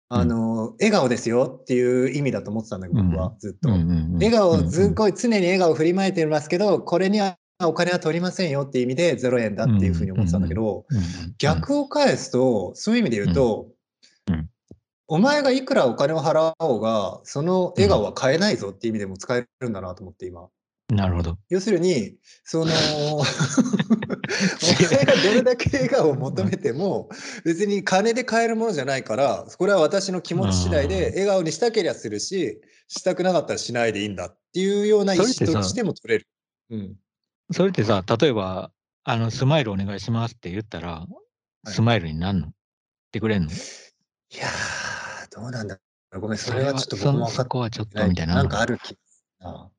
あの、笑顔ですよっていう意味だと思ってたんだけど、僕はずっと。笑顔をすっごい常に笑顔を振りまいてますけど、これにはお金は取りませんよっていう意味で0円だっていうふうに思ってたんだけど、逆を返すとそういう意味で言うと、うんうんお前がいくらお金を払おうがその笑顔は買えないぞっていう意味でも使えるんだなと思って今。なるほど。要するにそ のお前がどれだけ笑顔を求めても別に金で買えるものじゃないからこれは私の気持ち次第で笑顔にしたけりゃするししたくなかったらしないでいいんだっていうような意思それってさとしても取れる。うんそれってさ、例えば、あの、スマイルお願いしますって言ったら、いスマイルになんのってくれんのいやーどうなんだろうごめんそれはちょっと僕も分かそっこはちょっなといみたいな。んかある気がするな。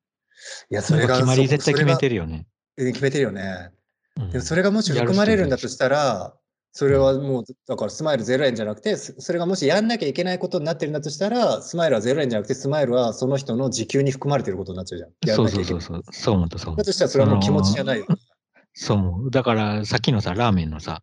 いや、それなんがか決まり絶対そ決める。てるよね。それがえ決めてるよね。うんでもそれがもしやる含人まれるんだとしたら、それはもう、だからスマイル0円じゃなくて、そそれがもしやんなきゃいけないことになってるんだとしたら、スマイルは0円じゃなくて、スマイルはその人の時給に含まれてることになっちゃうじゃん。やんそうなきそゃいうけそなうい。そう。そう思った、そう思だった。としたらそれはもう気持ちじゃないよ。そう思う。だから、さっきのさ、ラーメンのさ、あ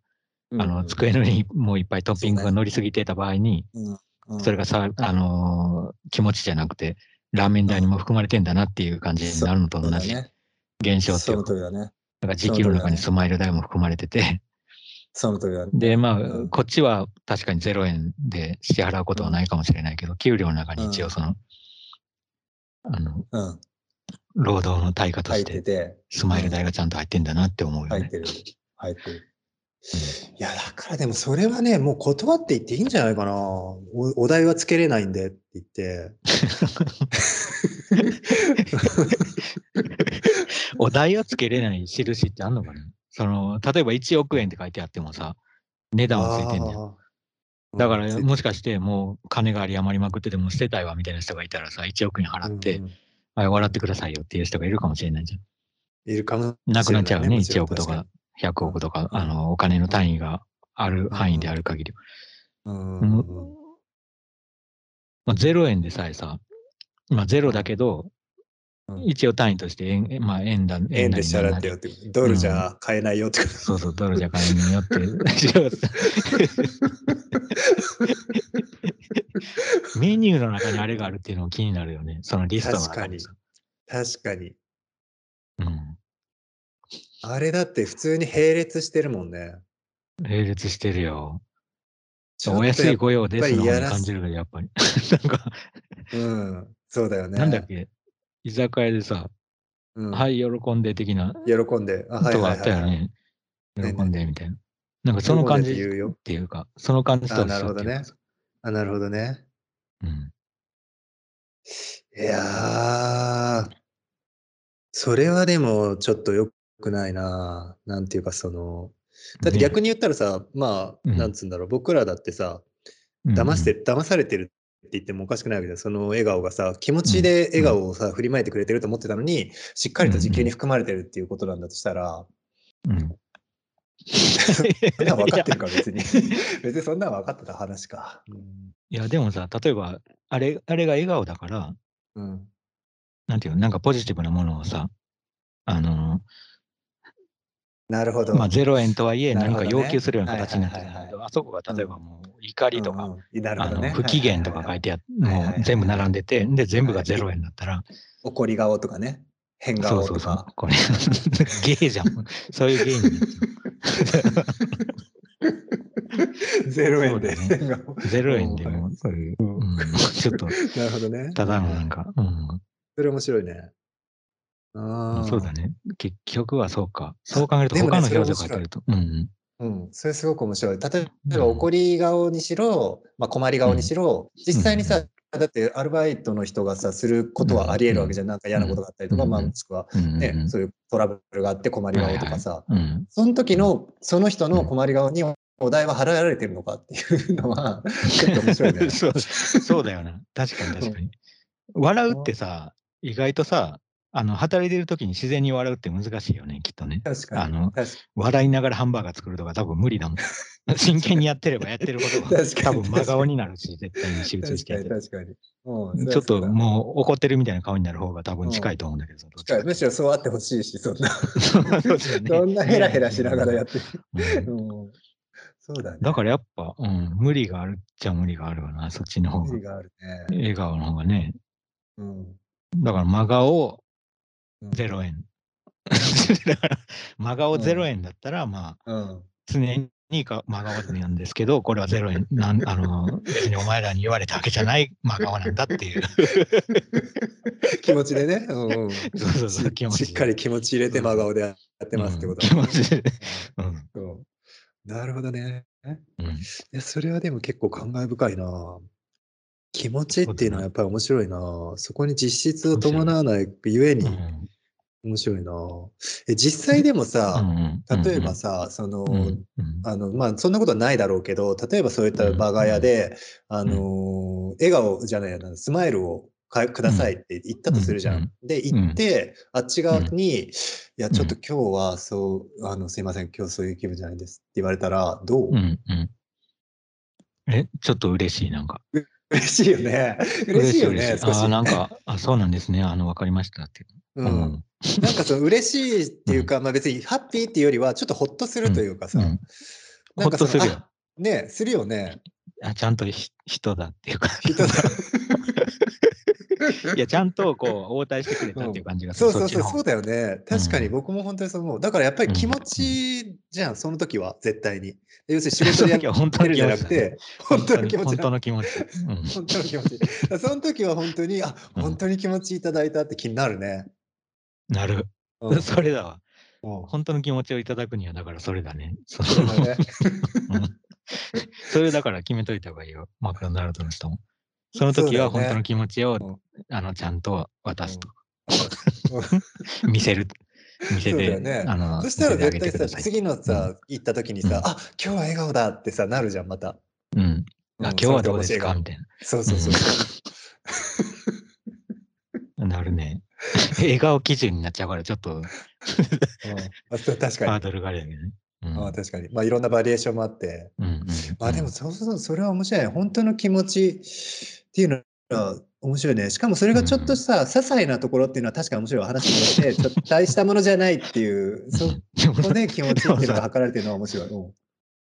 うんうの、ん机の上にもういっぱいトッピングが乗りすぎてた場合に、うんそれがさ、あのー気持ちじゃなくて、ラーメン代にも含まれてんだなっていう感じになるのとそ同うだじね。現象ってそいうのか、通りだね。だから時給の中にそスマイル代も含まれてて、その通りだね。で、まあ、うんこっちは確かに0円で支払うことはないかもしれないけど、給料の中に一応その、あの、うん。労働の対価と入しってて、て。スマイル代がちゃんと入ってんだなって思うよ入っね。てる。入ってる。いや、だからでもそれはね、もう断っていっていいんじゃないかな。おお題はつけれないんでって言 って。お題をつけれない印ってあんのかなその、例えば1億円って書いてあってもさ、値段はついてんだよ。あーだから、うんもしかして、もう金があり余りまくってても捨てたいわみたいな人がいたらさ、1億円払って、うんあ笑ってくださいよっていう人がいるかもしれないじゃん。いるかもしれなくなっちゃうよね、もち1ろん億とか。100億とか、うんあの、お金の単位がある範囲である限り。確かにうんうんまあ、0円でさえさ、まあ、ゼロだけどう、ん一応単位として円、まあ、円だ、円なでり支なん払なってりよって。ドルじゃ買えないよってこと。そうそう、ドルじゃ買えないよって いう。メニューの中にあれがあるっていうのも気になるよね。そのリストの中さ確かに。うん。あれだって普通に並列してるもんね。並列してるよ。ちょっとお安やいっ御用ですの方やっぱりやにら感すじるけど、やっぱり。なんか、うん。そうだよね。なんだっけ、居酒屋でさ、うんはい、喜んで的な喜んで。あはいとはがあいったはいよはい。ね。喜ねんでみたいな。なんかその感じっ喜んでって言うよていうか、その感じとはあなるほどね一緒っていうかさあ、なるほどね。うんいやー、それはでもちょっと良くないな。なんていうか、その、だってね逆に言ったらさ、まあ、うんなんつうんだろう、僕らだってさ、うん騙 して、騙されてるって言ってもおかしくないわけだよ。その笑顔がさ、気持ちで笑顔をさ、振りまいてくれてると思ってたのに、しっかりと時給に含まれてるっていうことなんだとしたら、うんうん。そんなん分かってるから別に。 別にそんなん分かってた話か。いや、でもさ、例えば、あれ、あれが笑顔だから、うん。なんていうの、なんかポジティブなものをさ、あの、なるほど。まあ、0円とはいえ、なる何ほどかね要求するような形になってるんだはいはいはけいど、あそこが例えばもう、怒りとか、うんうんなるあほどねの、不機嫌とか書いてあって、はいはいもはいう全部並んでて、で、全部が0円だっ たら、怒り顔とかね、変そ顔うとそうそうか。、これ、 ゲーじゃん。 そういうゲーになっ ちゃゼロ円でそうだ変顔。う。0円でもう、そういう、うん、ちょっと、なるほどね。ただのなんか、うん、それ面白いね。ああ。そうだ。ね。結局はそうか。そう考えると、でもね他の表情そ書いれて面白いると、うん、うん。それすごく面白い。例うえんば怒り顔にしろ、まあ困り顔にしろ、実際にさ、だってアルバイトの人がさ、することはあり得るわけじゃん。なんか嫌なことがあったりとか、うんまあもしくはうん、うん、ね、そういうトラブルがあって困り顔とかさ、うん、その時の、その人の困り顔にお題は払えられてるのかっていうのは、 ちょっと面白いね。 そうそうだよな。確かに確かに。笑うってさ、意外とさ、あの働いてる時に自然に笑うって難しいよね、きっとね。確あかに。の確か笑いながらハンバーガー作るとか多分無理だも ん。真剣にやってればやってることが確か多に分真顔になるし、絶対に集に中し確てかやっにてる。確かに。うんちょっとうもう怒ってるみたいな顔になる方が多分近いと思うんだけどさ。どっちだから。かむしろそうあってほしいし、そんな、 そうだよねそんなヘラヘラしながらやってる。うんうんそうだね。だからやっぱ、うん、無理があるっちゃ無理があるよな、そっちの方無が理。があるね。笑顔の方がね。うん。だから真顔をうん0円。 だから、真顔0円だったら、まあ、うん。常にか真顔なんですけど、これは0円。なんあの、別にお前らに言われたわけじゃない真顔なんだって いう。気持ちで ね。うんうん。しそうそうそう、気持ちでしっかり気持ち入れて真顔でやってますってことだうん気持ちでうん。そうなるほどね。うんいや、それはでも結構感慨深いな。気持ちっていうのはやっぱり面白いな。そこに実質を伴わないゆえうにん面白いな。え実際でもうさ、んうん例えば、さ、その、うんうんうんあのまあ、そんなことはないだろうけど、例えばそういったバーガー屋で、あのー笑顔じゃないやな、スマイルをかくださいって言ったとするじゃん。うんうんで、行って、あっち側に、いや、ちょっと今日はそう、あのすいません、今日そういう気分じゃないですって言われたら、どう、うんうんえ、ちょっと嬉しい、なんか。 嬉しいよね。 嬉しいよね、嬉しい少あし。ーなんか、あ、そうなんですね。あの、わかりましたって。う、うんなん。かその嬉しいっていうか、まあ、別にハッピーっていうよりは、ちょっとほっとするというかさ、うんなほんっかそとのするよ。あね、するよね。あちゃんとひ人だっていうか。人だ いや、ちゃんとこう応対してくれたっていう感じがすそる。うそうそう、そっちそのうだよね。確かに僕も本当にそう思う。だからやっぱり気持ちじゃん、その時は、絶対に。要するに仕事でやその時はっ本て当るのん気じゃなくて、本当の気持持ちだねち本だ当の気持ち。うん本当の気持ち。だからその時は本当に、あ、うん本当に気持ちいただいたって気になるね。なる。うん。うんそれだわ。そ本当の気持ちをいただくには、だからそれだね。そうだね。それだから決めといた方がいいよ。マクドナルドの人も。その時はそう本だよね当の気持ちを、うんあのちゃんと渡すと。うん 見せる。見せそうだて、よねあの、そしたら見せてあげ絶対てくださ、さい。次のさ、行った時にさ、うんあ、今日は笑顔だってさ、なるじゃん、また。うん。あん今日はどうですかそのみ時たいそうそうそう。な。なるね。 笑顔基準になっちゃうから、ちょっとうんあそう確かハーに。ドルがあるやけどね。うんあ確かに。まあいろんなバリエーションもあって。うんうんまあでもそうそうそれは面白い。本当の気持ちっていうのは面白いね。しかもそれがちょっとさ、些細なところっていうのは確かに面白い話も あって、ちょっと大したものじゃないっていう、そこで気持ちっていうのが測られてるのは面白い。うん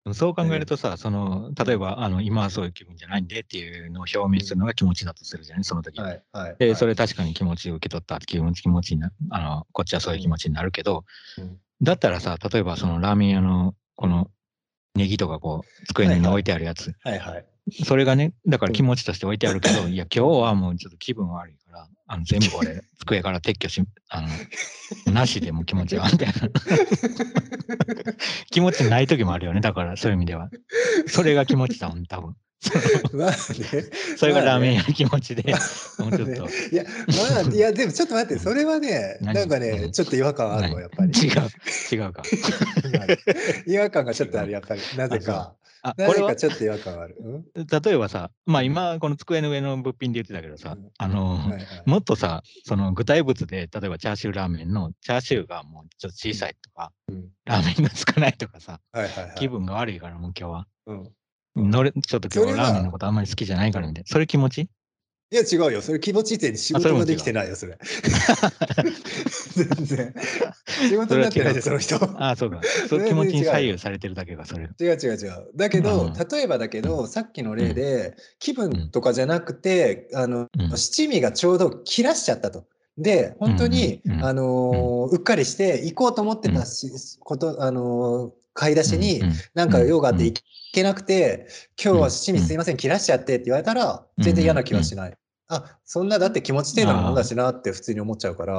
でもそう考えるとさ、その、例えば、あの、今はそういう気分じゃないんでっていうのを表明するのが気持ちだとするじゃない、その時。はいはい。で、それ。れ確かに気持ちを受け取ったっていう気持ちにな、あの、こっちはそういう気持ちになるけど、うんだったらさ、例えばそのラーメン屋の、この、ネギとかこう、机の上に置いてあるやつ、はいはい。 それがね、だから気持ちとして置いてあるけど、いや、今日はもうちょっと気分悪いから、あの、全部 俺、机から撤去し、あの、なしでもう気持ちが、みたいな。気持ちない時もあるよね、だから、そういう意味では。それが気持ちだもん、多分。まあね。それがラーメン屋の気持ちで、もうちょっと。 いや、まあ、いや、でもちょっと待って、それはね、何なんかうね、んちょっと違和感あるわ、何やっぱり。違う、違うか。 違和感がちょっとある、やっぱ り。なぜか。 あ、なこぜれかは、ちょっと違和感ある。うん例えばさ、まあ今、この机の上の物品で言ってたけどさうん、あの、はいはいもっとさ、その具体物で、例えばチャーシューラーメンのチャーシューがもうちょっと小さいとか、うんラーメンが少ないとかさ、はいはいはい。気分が悪いからもう今日は、うんのれちょっとそ今れ日はラーメンのことあんまり好きじゃないからみたいな、それ気持ちいや違うよ。それ気持ちいいって仕あそれ事もが違うできてないよ、それ。 全 然。仕事になってないで、その人。ああ、そうか。そう全然気持ちに違うよ左右されてるだけがそれ。 違う違う違う。だけど、うん例えばだけど、さっきの例で、気分とかじゃなくて、あの、うん七味がちょうど切らしちゃったと。で、本当に、うんうんあのーうっかりして、行こうと思ってたし、こと、あのー買い出しに、なんか用があって行けなくて、今日は七味すいません、切らしちゃってって言われたら、うん全然嫌な気はしない。あ、そんな、だって気持ち程度のものだしなって普通に思っちゃうから。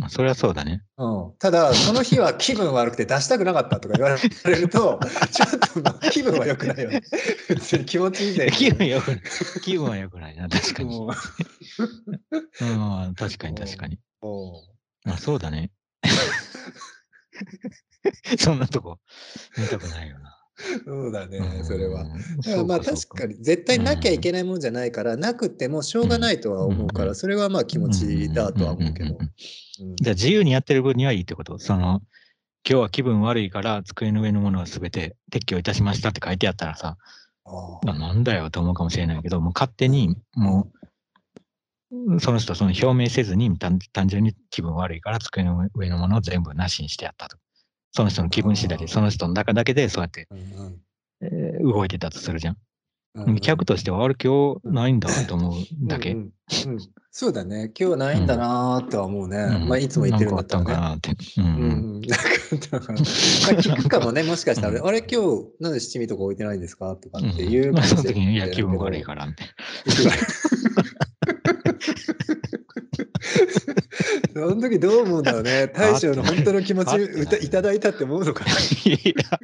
まあそれはそうだね。うん、ただ、その日は気分悪くて出したくなかったとか言われる と、ちょっとまあ気分は良くないよね。普通に気持ちいいね。 気分よくない。気分はよくないな、確かに。もううん、確かに確かに。もまあそうだね。 そんなとこ見たくないよな。うそうだね、それは。うん。だからまあ確かに、絶対なきゃいけないもんじゃないから、なくてもしょうがないとは思うかうら、んそれはまあ気持ちだとは思うけどんんん。んんうんじゃあ自由にやってる分にはいいってことその、今日は気分悪いから机の上のものは全て撤去いたしましたって書いてあったらさ、ああなんだよと思うかもしれないけど、もう勝手に、もう、その人、その表明せずに単、単純に気分悪いから机の上のものを全部なしにしてやったと。その人の気分次あ第で、ーその人の中だけでそうやって、あうんえー動いてたとするじゃん。うんでも客としては、あれ今日ないんだと思うだけ。うんうんうんそうだね、今日ないんだなーとは思うね。うんまあいつも言ってるんだったらなんかね。あったんかなって。うんうんうんなんかだからまあ聞くかもね、もしかしたら、うんあれ、今日、なんで七味とか置いてないんですかとかうんっていうまあかもしれそのない時に、いや、気分悪いら。から、みたい その時どう思うんだろうね、大将の本当の気持あっちてない歌いただいたって思うのかな。な。いや、いや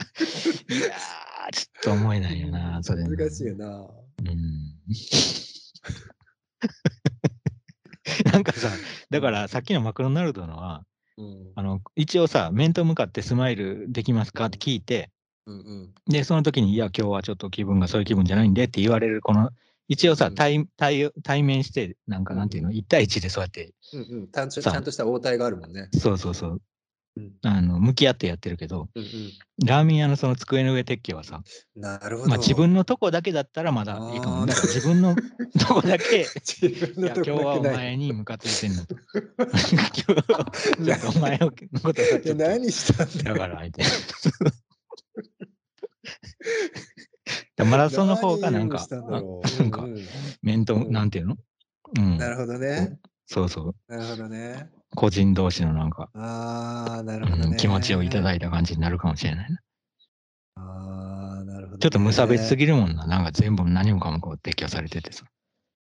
ーちょっと思えないよな、それ。難しいよな。うん なんかさ、だからさっきのマクドナルドのは、うんあの一応さ、面と向かってスマイルできますかって聞いて、うんうんで、その時に、いや、今日はちょっと気分がそういう気分じゃないんでって言われる、この、一応うさ、ん対対対面して、なんかなんていうの、1対1でそうやって、うんうん単純ちさあゃんとした応対があるもんね。そうそうそううん、あの向き合ってやってるけど、うんうラーメン屋のその机の上撤去はさ、んなるほど。まあ自分のとこだけだったらまだいいかあも。ーだから自分の とこ だけ、自分いやのと今日こはおだけない。前にムカついてん のと。今日はちょっとお前のこといがちょやっと何したんだだよ。から相手。 マラソンの方がなん何かをし、たんだろうなんかうう面と、うんなんていうのうん。なるほどね。そうそう。なるほどね。個人同士のなんか、ああ、なるほどうね。ん、気持ちをいただいいた感じになるかもしれないな。ああ、なるほど、ね。ちょっと無差別すぎるもんな。なんか全部何もかもこう撤去されててさ。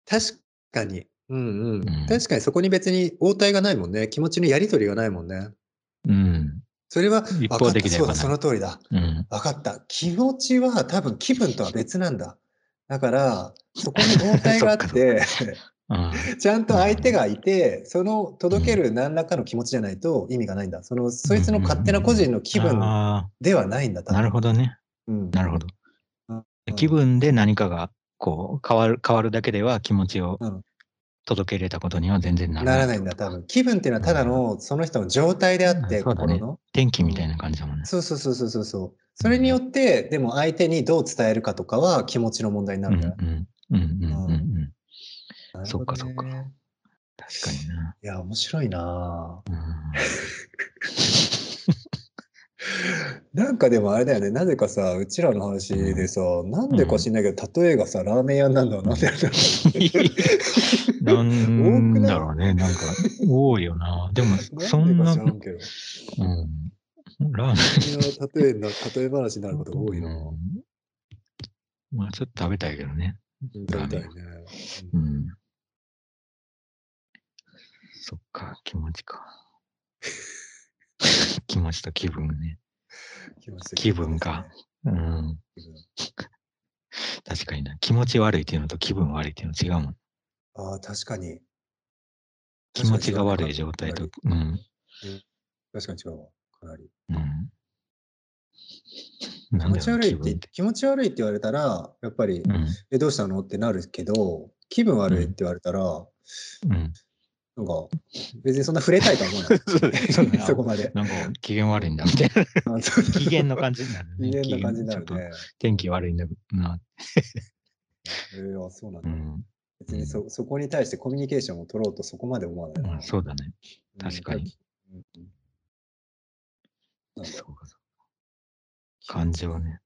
確かに。うんうん。うん確かにそこに別に応対がないもんね。気持ちのやりとりがないもんね。うん。それは、一方的で分かったそうだ、はないその通りだ。うん。分かった。気持ちは多分気分とは別なんだ。だから、そこに応対があっ て、うん。ちゃんと相手がいて、その届ける何らかの気持ちじゃないと意味がないんだ。その、そいつの勝手な個人の気分あではないんだ。あ、なるほどね。ど。うんなるほどうん。気分で何かがこう変わる変わるだけでは気持ちをうん届け入れたことには全然ならな。ないらないんだ、多分。気分っていうのはただの、その人の状態であって、うんそうだね心の。天気みたいな感じだもんね。そうそうそうそうそうそう。それによって、でも相手にどう伝えるかとかは気持ちの問題になうんるうんんだよ。うんうんうんう。うんなるほどねそうかそうかい確かにな。や、面白いなぁなんかでもあれだよね、なぜかさ、うちらの話でさ、なんでか知んないけど、例えがさ、ラーメン屋なんだよ。なんでやるうん 多く なんないだろうね。なんか多いよな。でものそ んなな、んでか知らんけど。うん、ラーメンうちの例えな、例え話になることが多いなうんまあちょっと食べたいけどね。みたいね。うん。そっか、気持ちか。 気持ちと気分ね。気持ち的気分か。うん。 確かにな。気持ち悪いっていうのと気分悪いっていうの違うもん。ああ、確かに。気持ちが悪い状態と。うん。確かに違うわ。かなり。うん。気なん持だちろう悪い気っ分ってて、気持ち悪いって言われたら、やっぱりう、ん。え、どうしたのってなるけど、気分悪いって言われたら、うん。なんか、別にそんな触れたいとは思わない。 そうだ なそこまで。なんか機嫌悪いんだみたいな。あそう機嫌 の感じになるね。人間な感じになちょっるとね。天気悪いんだな。えー、あそうなんうだ。ん。別にそそこに対してコミュニケーションを取ろうとそこまで思わない。うんそうだね。確かに。うん。そなんだうかそうか。感情ね。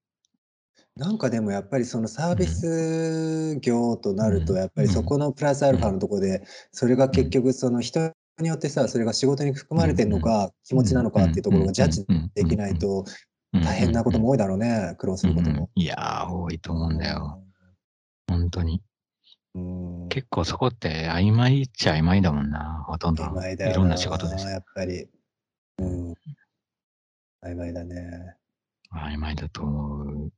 なんかでもやっぱりそのサービス業となると、うんやっぱりそこのプラスアルファのとこで、それが結局その人によってさ、それが仕事に含まれてるのか、気持ちなのかっていうところがジャッジできないとうん大変なことも多いだろうね、苦労することも。。うんいやー、多いと思うんだよ。本当に。うん。結構そこって曖昧っちゃ曖昧だもんな、ほとんど。曖昧だよいろんな仕事です。やっぱり。うん。曖昧だね。曖昧だと思う。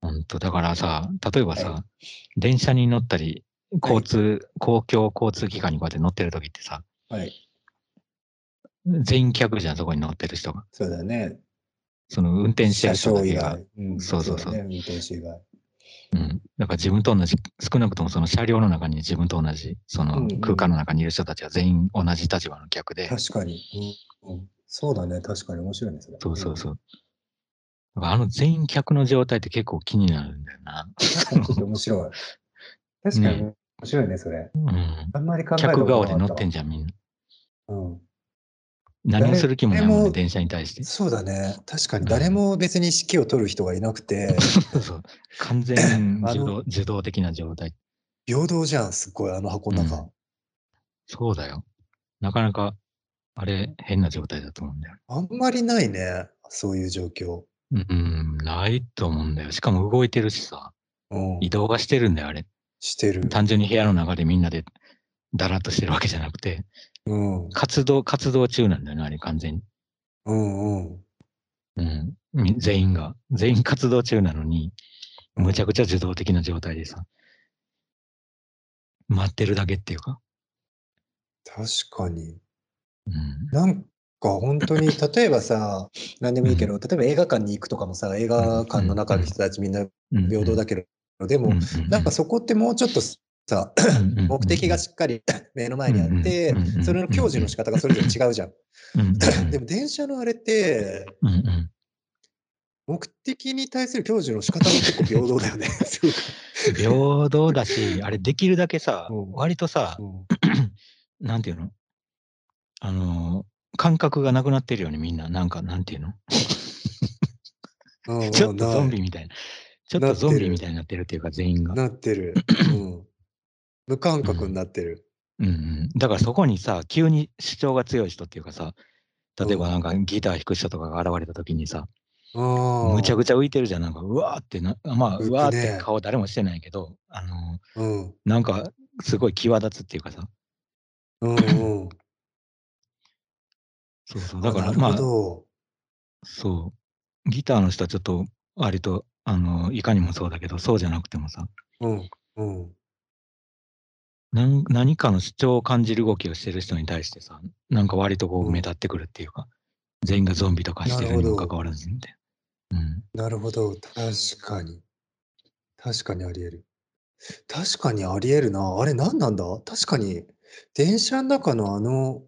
本当だからさ、例えばさ、は電車に乗ったり、交通、公共交通機関にこうやって乗ってる時ってさ、はい。全客じゃん、そこに乗ってる人が。そうだね。その運転してる人だ以けが外。。んそうそうそうだね運転手以外。だから自分と同じ、少なくともその車両の中に自分と同じ、そうんうのん空間の中にいる人たちは全員同じ立場の客で、確かに。うんうんそうだね。確かに面白いね。それそうそうそう。だからあの全員客の状態って結構気になるんだよな。うん。ちょっと 面白い。確かに面白いね、それ。うん。あんまり考えたこと客なか顔ったで乗ってんじゃん、みんな。うん。何をする気もないもん誰ね、も電車に対して。そうだね。確かに誰も別に指揮を取る人がいなく て、そうそう。完全あ受の動受動的な状態。平等じゃん、すっごい、あの箱の中。うんそうだよ。なかなか、あれ、変な状態だと思うんだよ。あんまりないね、そういう状況。うん、ないと思うんだよ。しかも動いてるしさ、うん移。動はしてるんだよ、あれ。してる。単純に部屋の中でみんなでだらっとしてるわけじゃなくて、うん。活動、活動中なんだよね、あれ完全に。うんうん。うん。み全員が。全員活動中なのに、むちゃくちゃ受動的な状態でさ、待ってるだけっていうか。確かに。うん。なんか本 当に、例えばさ、何でもいいけど、例えば映画館に行くとかもさ、映画館の中の人たちみんなうん平等だけど、でも、なんかそこってもうちょっとさ、目的がしっかり目の前にあってうんうんう、んそれの享受の仕方がそれぞれ違うじゃん。うんうんうんでも電車のあれって、うんうん目的に対する享受の仕方も結構平等だよね。すごく平等だし、あれできるだけさうん、割とさ、なんていうのあのー、感覚がなくなってるよね、みんな。なんか、なんていうのうんうんちょっとゾンなビみたいな。ちょっとゾンビみたいになってるっていうか、全員が。なってる。うん無感覚になってる。うんうん。だからそこにさ、急に主張が強い人っていうかさ、例えばうんなんかギター弾く人とかが現れた時にさ、むむちゃくちゃ浮いてるじゃん。なんか、うわーってな、ま浮あ、くねうわーって顔誰もしてないけど、あの、うんなんか、すごい際立つっていうかさ。うんうんそうそう。だかなら、るほまあ、ど。そう。ギターの人はちょっと、割と、あの、いかにもそうだけど、そうじゃなくてもさ、うんうんなん何かの主張を感じる動きをしてる人に対してさ、なんか割とこううん目立ってくるっていうか、全員がゾンビとかしてるにもかかわらずみたいな。うん。なるほど。確かに。確かにあり得る。確かにあり得るな。あれ何なんだ確かに。電車の中のあの、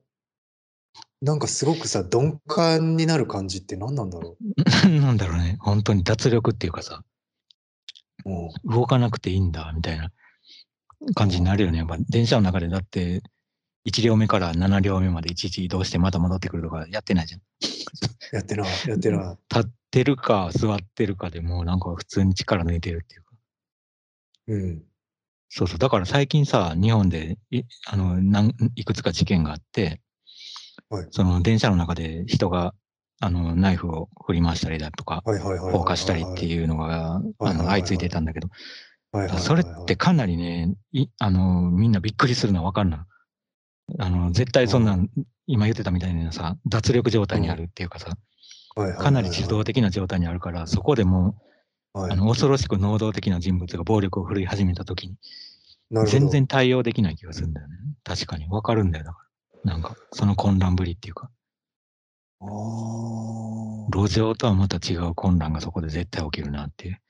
なんかすごくさ、鈍感になる感じって何なんだろなん なんだろうね。本当に脱力っていうかさ、う。うん動かなくていいんだ、みたいな感じになるよね。やっぱ電車の中でだって、1両目から7両目までいちいち移動してまた戻ってくるとかやってないじゃん。やってない、やってない。立ってるか座ってるかでもうなんか普通に力抜いてるっていうか。うん。そうそう。だから最近さ、日本でいあのなんいくつか事件があって、はいその電車の中で人があのナイフを振り回したりだとか、はいはいはいはいはい。放火したりっていうのがはいはいあはいの相次いでたんだけど、はいはいはいはい。それってかなりね、いあのみんなびっくりするのはわかるな。あの絶対そんな、ん、今言ってたみたいなさ、脱力状態にあるっていうかさ、かかなり受動的な状態にあるから、そこでもはう、いあの恐ろしく能動的な人物が暴力を振るい始めた時に、なるほど全然対応できない気がするんだよね。確かに。わかるんだよ。だから。なんか、その混乱ぶりっていうか、あー路上とはまた違う混乱がそこで絶対起きるなっていう。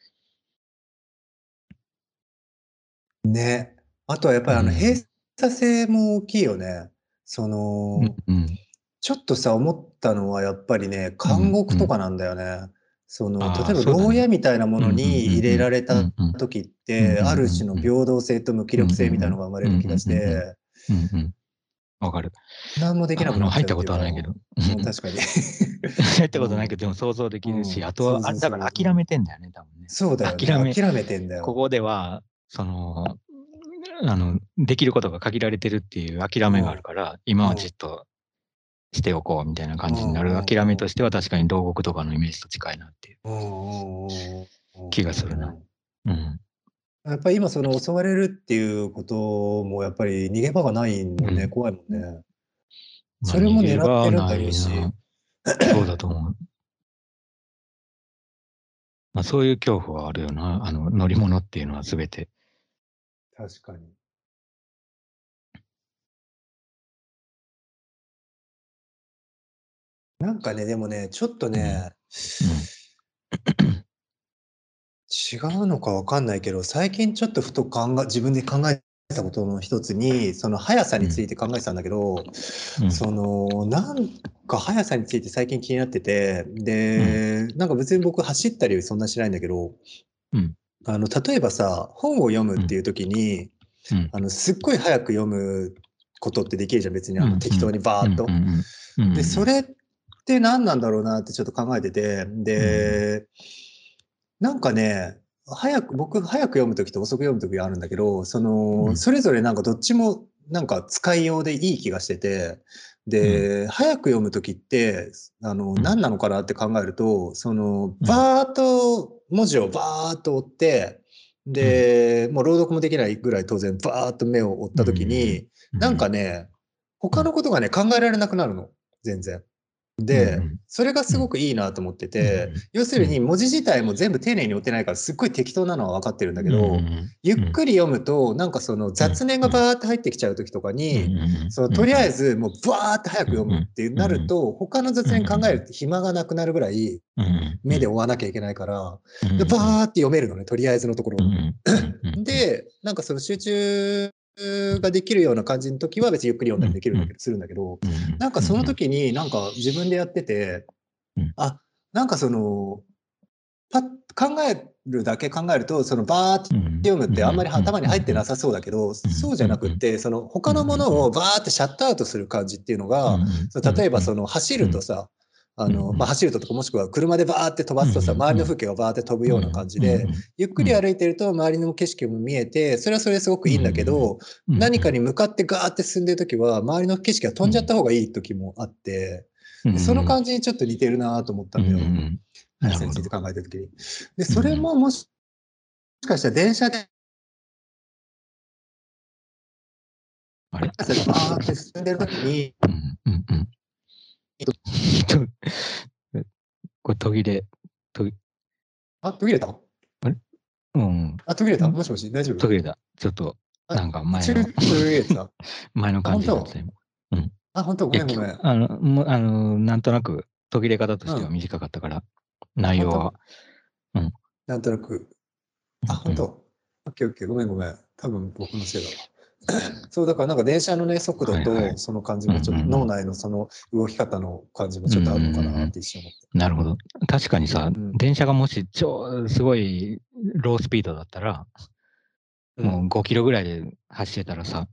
ね。あとはやっぱりあのうん閉鎖性も大きいよね。その、うん。ちょっとさ、思ったのはやっぱりね、監獄とかなんだよね。そのあー例えばそうだね牢屋みたいなものに入れられうんうたんうん時っうんうんてうんある種の平等性と無気力性みたいなのが生まれる気がしうんうんうんてうんうん。わかる。何もできなくなっちゃう入ったことはないけど。っていうかもう確かに 入ったことないけど、でも想像できるし、うんあとは、そうそあうそうだから諦めてんだよね、多分ね。そうだよ、ね、諦諦めめてんだよここでは、その、あの、できることが限られてるっていう諦めがあるから、今はじっとしておこうみたいな感じになうる。んうん諦めとしては確かに牢獄とかのイメージと近いなっていう。うんうんうんうん気がするなうん。やっぱり今その襲われるっていうこともやっぱり逃げ場がないもんね、うん怖いもんね。まあそれも狙ってるんだ逃げろうし場はないなそうだと 思う。まあ、そういう恐怖はあるよな。あの、乗り物っていうのは全て。確かに。なんかね、でもね、ちょっとね、違うのかわかんないけど、最近ちょっとふと考え、自分で考えたことの一つに、その速さについて考えてたんだけど、うんそのなんか速さについて最近気になっててで、なんか別に僕走ったりそんなしないんだけど、うんあの例えばさ本を読むっていう時に、うんあのすっごい早く読むことってできるじゃん別にあうのん適当にバーっと。うんうんうんうんでそれって何なんだろうなってちょっと考えててで、なんかね早く僕早く読む時と遅く読む時があるんだけどその、うんそれぞれなんかどっちもなんか使いようでいい気がしててで、早く読む時ってあのん何なのかなって考えるとそのバーっと文字をバーっと追ってで、もう朗読もできないぐらい当然バーっと目を追った時に、なんかね、他のことがね、考えられなくなるの、全然。で、うんうんそれがすごくいいなと思ってて、うん要するに文字自体も全部丁寧に追ってないから、すっごい適当なのは分かってるんだけど、うんうんゆっくり読むと、なんかその雑念がバーって入ってきちゃう時とかに、うんそのとりあえず、ずもうバーって早く読むってなると、他の雑念考える暇がなくなるぐらい目で追わなきゃいけないから、でバーって読めるのね、とりあえずのところ。ー、で、なんかその集中ができるような感じの時は別にゆっくり読んだりできるんだけど、するんだけど、なんかその時になんか自分でやっててうん、あ、なんかその、パッ考えるだけ考えると、そのバーって読むってあんまり頭に入ってなさそうだけど、そうじゃなくって、その他のものをバーってシャットアウトする感じっていうのが、そう例えばその走るとさ、あのうんまあ、走るととかもしくは車でバーって飛ばすとさ、うん周りの風景がバーって飛ぶような感じで、ゆっくり歩いてると周りの景色も見えて、それはそれですごくいいんだけど、何かに向かってガーって進んでる時は、周りの景色が飛んじゃった方がいい時もあって、でその感じにちょっと似てるなと思ったんだよ。なる話ほにつどいて考えた時に。で、それももしもしかしたら電車であれバーって進んでる時に、うんうんうんと これ途切れ、あ、途切れたうん、あ、途切れたもしもし大丈途夫切れた。ちょっと、なんか前途の、切れてた。前の感じだったよ。あ、本当ごいめんやごめん。あの、もうあの、なんとなく途切れ方としてはうん短かったから、内容は。なんとなく。あ、うん本当。オッケーオッケー、ごめんごめん。多分僕のせいだわ。そう、だからなんか電車のね、速度はいはいとその感じもちょっうんと、うんうん脳内のその動き方の感じもちょっとあるのかなって一瞬思って。なるほど。確かにさ、うん電車がもし超すごいロースピードだったら、もう5キロぐらいで走ってたらさ、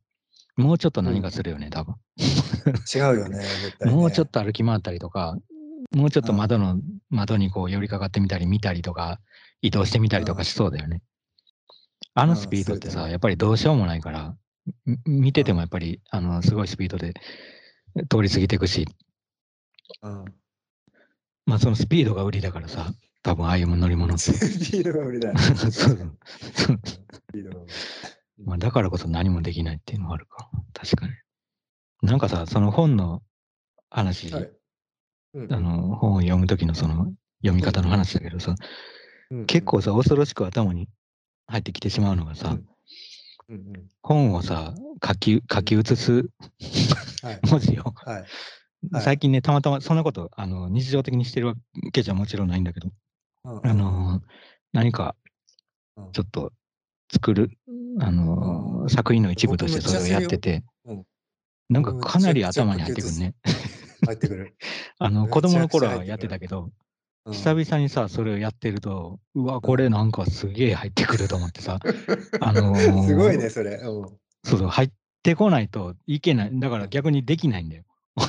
もうちょっと何かするよね、多分。違うよね、絶対ね。もうちょっと歩き回ったりとか、もうちょっとうん窓の、窓にこう寄りかかってみたり、見たりとか、移動してみたりとうかんしそうだよね。あのスピードっうてんそうださ、ねやっぱりどうしようもないから、み見ててもやっぱり、あの、すごいスピードで通り過ぎていくし、 うん。まあそのスピードが売りだからさ、多分ああいう乗り物 って。スピードが売りだよね。そうそうそうスピードが売り まあだからこそ何もできないっていうのはあるか。確かに。なんかさ、その本の話、はいうんあの本を読む時のその読み方の話だけどさ、うん結構さ、恐ろしく頭に入ってきてしまうのがさ、うんうんうん本をさ、書き書き写すはい文字を、はいはい最近ね、たまたまそんなことあの日常的にしてるわけじゃもちろんないんだけど、うんあのー何かうんちょっと作る、あのーうん作品の一部としてそれをやってて僕もめっちゃするよ、なんか僕もかなり頭に入ってくるめね。入ってくる。あのめちゃ子供の頃くはちゃや入っっててくるたけど、うん久々にさ、それをやってると、うわ、これなんかすげえ入ってくると思っ てさ、あのーすごいね、それ。うん。はそうそう、入ってこないといけない。だから逆にできないんだよ。い。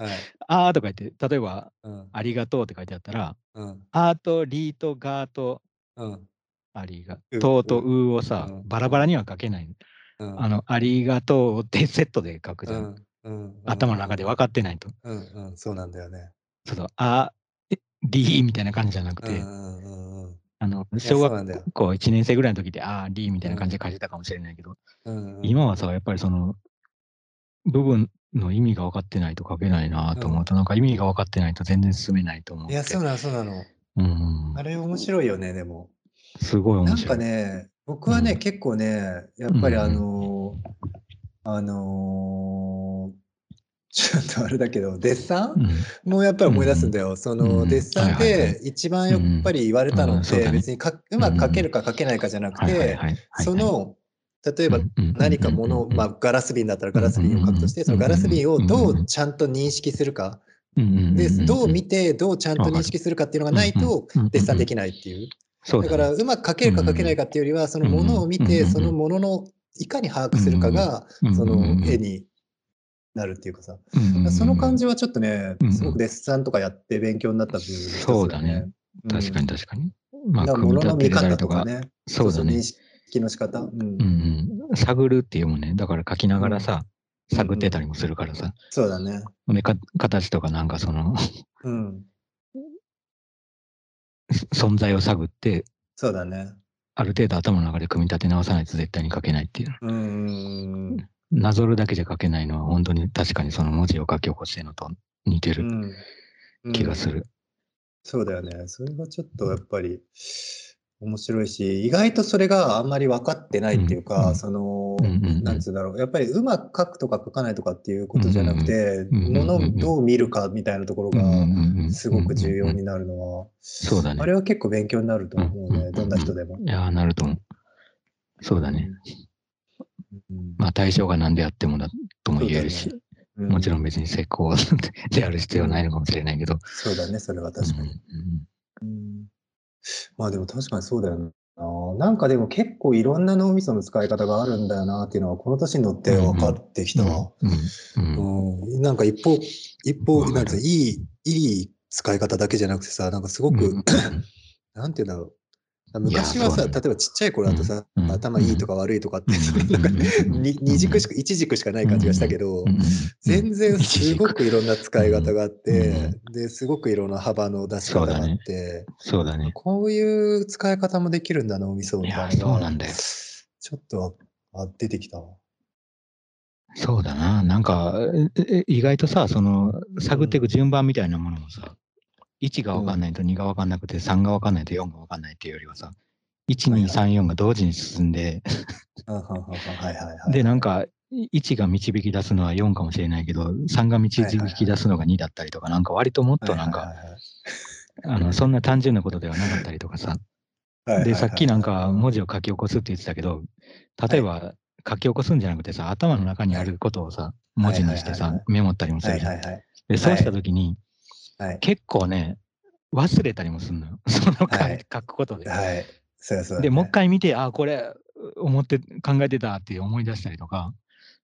はい。あーとか言って、例えば、うん。ありがとうって書いてあったら、うん。あーと、りーと、がーと、うん。ありがうんとうとうーをさう、んバラバラには書けない。うん。あの、ありがとうってセットで書くじうゃん。ん。うん。頭の中で分かってないと。うん。うん。そうなんだよね。そうそう、あー、えりーみたいな感じじゃなくうて、ん。うんうん。うん。あの、いや小そうなんだよ学校1年生ぐらいの時で、あー、りーみたいな感じで書いてたかもしれないけど、うんうん今はさ、やっぱりその、部分の意味が分かってないと書けないなと思うと、なんか意味が分かってないと全然進めないと思う。いや、そうなの、そうなの。うんあ。れ面白いよね、でも。すごいな面ん白かい。ね、僕はね、うん結構ね、やっぱりうんあのーあのー ちょっとあれだけど、デッサンもうやっぱり思い出すんだよ。その、うんデッサンはいはいはで一番やっぱり言われたのうんっそうて、だね別にかうまく書けるか書けないかじゃなくて、その、例えば何かもの、まあ、ガラス瓶だったらガラス瓶を書くとして、そのガラス瓶をどうちゃんと認識するか、で、どう見て、どうちゃんと認識するかっていうのがないと、デッサンでききないっていう。そうだだかねら、うまく書けるか書けないかっていうよりは、そのものを見うんうんうんて、うんそのもののいかに把握するかが、その絵になるっていうかさ、その感じはちょっとねう、んすごくデッサンとかやって勉強になった部分の一つよそうだね。確かにだ確かに。まあ、から、組みものの立て見れたり方ととかか。ね、そうだ認ね。識の仕方。うんうんうん。探るっていうもんね。だから書きながらさ、探ってたりもするからさ。そうだね。で、か形とかなんかその、うん。存在を探って、そうだね。ある程度頭の中で組み立て直さないと絶対に書けないっていう。うんうんなぞるだけじゃ書けないのは、本当に確かにその文字を書き起こしてるのと似てうるん。うん。気がする。る。そうだよね。それがちょっとやっぱり面白いし、意外とそれがあんまり分かってないっていううんか、うんそのうん、うんうんなんつうんだろう、やっぱりうまく書くとか書かないとかっていうことじゃなくて、うんうんうんものをどう見るかみたいなところがすごく重要になるのは、そうだねあれは結構勉強になると思ううんうんうんうね、んどんな人でも。いやーなると思う。そうだね。うん。まあ対象が何であってもだとも言えるそし、うもちろん別に成功である必要はないのかもしれないけど。そうだね、それは確かに。うんまあでも確かにそうだよな。なんかでも結構いろんな脳みその使い方があるんだよなっていうのはこの年になって分かってきたわ。うんうんうんうんなんか一方、一方、うんなんつうのいい、いい使い方だけじゃなくてさ、なんかすごく、なんて言うんだろう。いや昔はさ、そう例だねえばちっちゃい頃だとさ、うん頭いいとか悪いとかって、うんそのなんかうんに二軸しか、一軸しかない感じがしたけど、うん全然すご一軸くいろんな使い方があってう、で、すごくいろんな幅の出し方があって、そうだね。こういう使い方もできるんだな、脳みそみたいいなやのそうがなんだよちょっとあ出てきたわ。そうだな。なんか、ええ意外とさ、その、探っていく順番みたいなものもさ、1が分かんないと2が分かんなくて、3が分かんないと4が分かんないっていうよりはさ、1、2、3、4が同時に進んで、うんうんうんうんはいはいはい。で、なんか、1が導き出すのは4かもしれないけど、3が導き出すのが2だったりとか、なんか割ともっとなはんいか、はいはいはいあの、そんな単純なことではなかったりとかさ。で、さっきなんか文字を書き起こすって言ってたけど、例えば書き起こすんじゃなくてさ、頭の中にあることをさ、文字にしてはいはいはいはさい、メモったりもすはるいじゃはいん。はい。で、そうした時に、はい。結構ね、忘れたりもするのよ。 その書はいい書くことで。はい。そうやそうやねで、もう一。回見て、あ、これ、思って考えてたって思い出したりとか、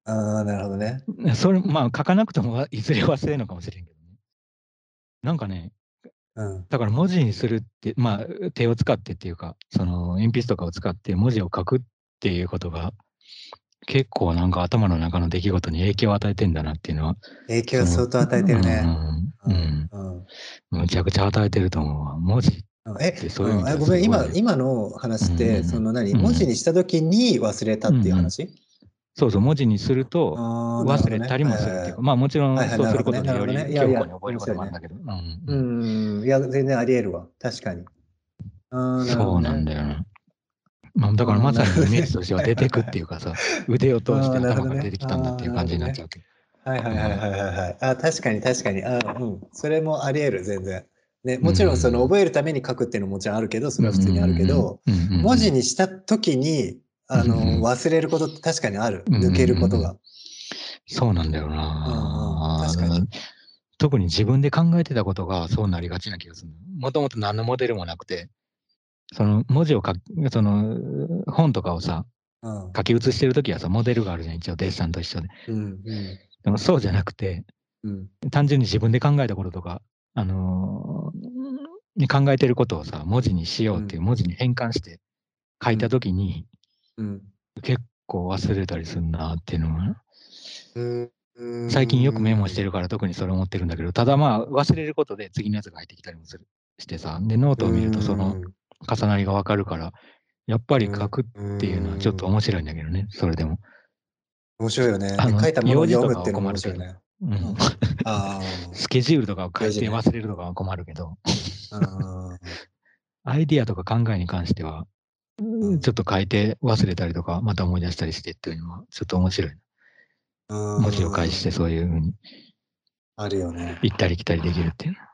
ああ、なるほどね。それ、まあ、書かなくてもわいずれ忘れるのかもしれんけどね。なんかね、うん。だから文字にするって、まあ、手を使ってっていうか、その鉛筆とかを使って文字を書くっていうことが、結構なんか頭の中の出来事に影響を与えてんだなっていうのは。影響を相当与えてるね。うんうん。うん。うん。むちゃくちゃ与えてると思うわ。文字。うんえでそういう意味でんあはごめん、すごい今ね、今の話っうんうて、んその何、うん文字にしたときに忘れたっていう話そうそう、文字にするとあーなるほ忘どれねたりもするっていうか、はまあもちろんはいはいそうすることでなるよほどりねなるほどねいや強いや固に覚えることもあるんだけど。いはいうんうん。いや、全然あり得るわ。確かに。あーるそほどうねなんだよな。まあ、だからまさにイメージとしては出てくってい うかさ、腕を通してあーなるほ頭どねが出てきたんだっていう感じになっちゃうけど。はいはいはいはいはいはい。あ確かに確かに。あうん。それもあり得る、全然。ね、もちろんその覚えるために書くっていうのももちろんあるけど、それは普通にあるけど、うんうんうんうん、文字にした時に、あの、うんうん忘れることって確かにある。うんうん抜けることが。そうなんだよな。うんうん確かに特に自分で考えてたことがそうなりがちな気がする。もともと何のモデルもなくて、その文字を書き、その本とかをうさ、ん書き写してるときはさ、モデルがあるじゃん、一応デッサンと一緒で。うんでもそうじゃなくて、うん単純に自分で考えたこととか、あのーに考えてることをさ、文字にしようっていうう文字に変換して書いたときに、うんこう忘れたりするなっていうのが、うんうん最近よくメモしてるから特にそれ思ってるんだけど、ただまあ忘れることで次のやつが入ってきたりもするしてさ、で、ノートを見るとその重なりがわかるから、やっぱり書くっっていうのはちょっと面白いんだけどね、それでも。面白いよねあの。書いたものを読むっていうのも面白いね。うんんあスケジュールとかを書いて大事ね忘れるとかは困るけど、あうんアイディアとか考えに関しては、うん ちょっと書いて忘れたりとか、また思い出したりしてっていうのは、ちょっと面白い。うん文字を返してそういうふうにあるよね。行ったり来たりできるっていうのは。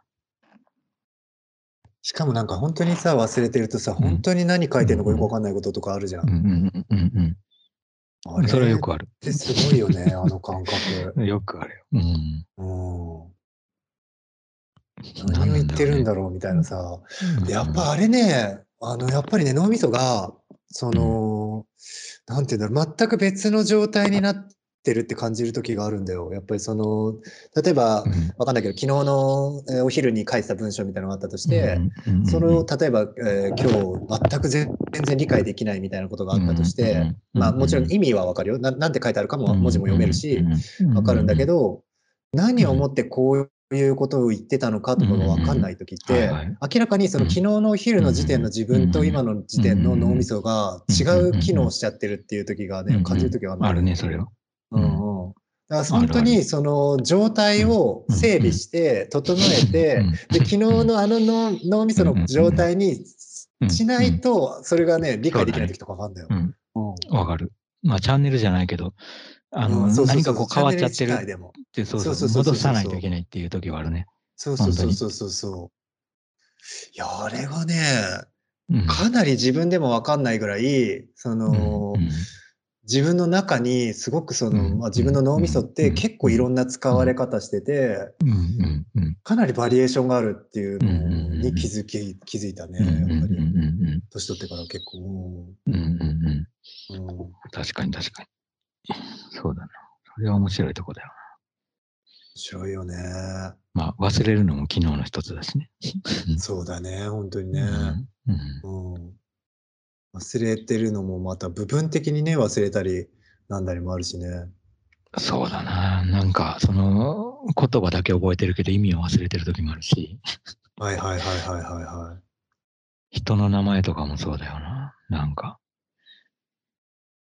しかもなんか本当にさ、忘れてるとさ、本当に何書いてるのかよくわかんないこととかあるじゃうんん。うんうんうんあうん。それはよっくある。てすごいよね、あの感 覚。よくあるよ。うん。うん何を言ってるんだろうみたいなさ。ろうねやっぱ、あれね、あの、やっぱりね、脳みそが、その、なんていうんだろう、全く別の状態になってるって感じる時があるんだよ。やっぱりその、例えばう、んわかんないけど、昨日のえーお昼に書いてた文章みたいなのがあったとして、、それを、例えば、えー今日全く全然理解できないみたいなことがあったとして、、まあもちろん意味はわかるよ。ななんて書いてあるかも文字も読めるし、わかるんだけど、ど、何をもってこういうことを言ってたのかとかがわかんない時っうんうんてはいはい、明らかにその昨日のお昼の時点の自分と今の時点の脳みそが違う機能しちゃってるっていう時がうんうね、ん感じる時があるね、それは。ううんんうん。だから本当にその状態を整備して整えて、うんで昨日のあの脳脳みその状態にうんしないとそれがね理解できない時とかがあるんだよ。うんうんわかる。まあ、チャンネルじゃないけど、あの、うんそうそう何そかうこう変わっちゃってるチャンネル自体でもって、そうそうそうそうそうそう戻さないといけないっていう時はあるね。そうそうそうそうそうそう。いやあれがねうんかなり自分でも分かんないぐらいその、うん自分の中にすごくその、うんまあ、自分の脳みそっうてん結構いろんな使われ方しててうんうんうんかなりバリエーションがあるっていうのに気づき気づいたねうんやっぱうんりうん年取ってから結構。うんうんうんうんうんうん確かに確かに。そうだな。それは面白いとこだよ面白いよね。な。まあ、忘れるのも昨日の一つだしね。そうだね、本当にうね。んうんうん、忘れてるのもまた部分的にね、忘れたりなんだりもあるしね。そうだな。なんか、その、言葉だけ覚えてるけど意味を忘れてる時もあるし、はいはいはいはいはいはい。人の名前とかもそうだよな。なんか。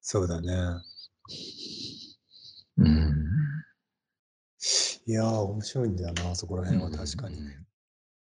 そうだね。うん。いやー、面白いんだよな、そこら辺は確かに。うん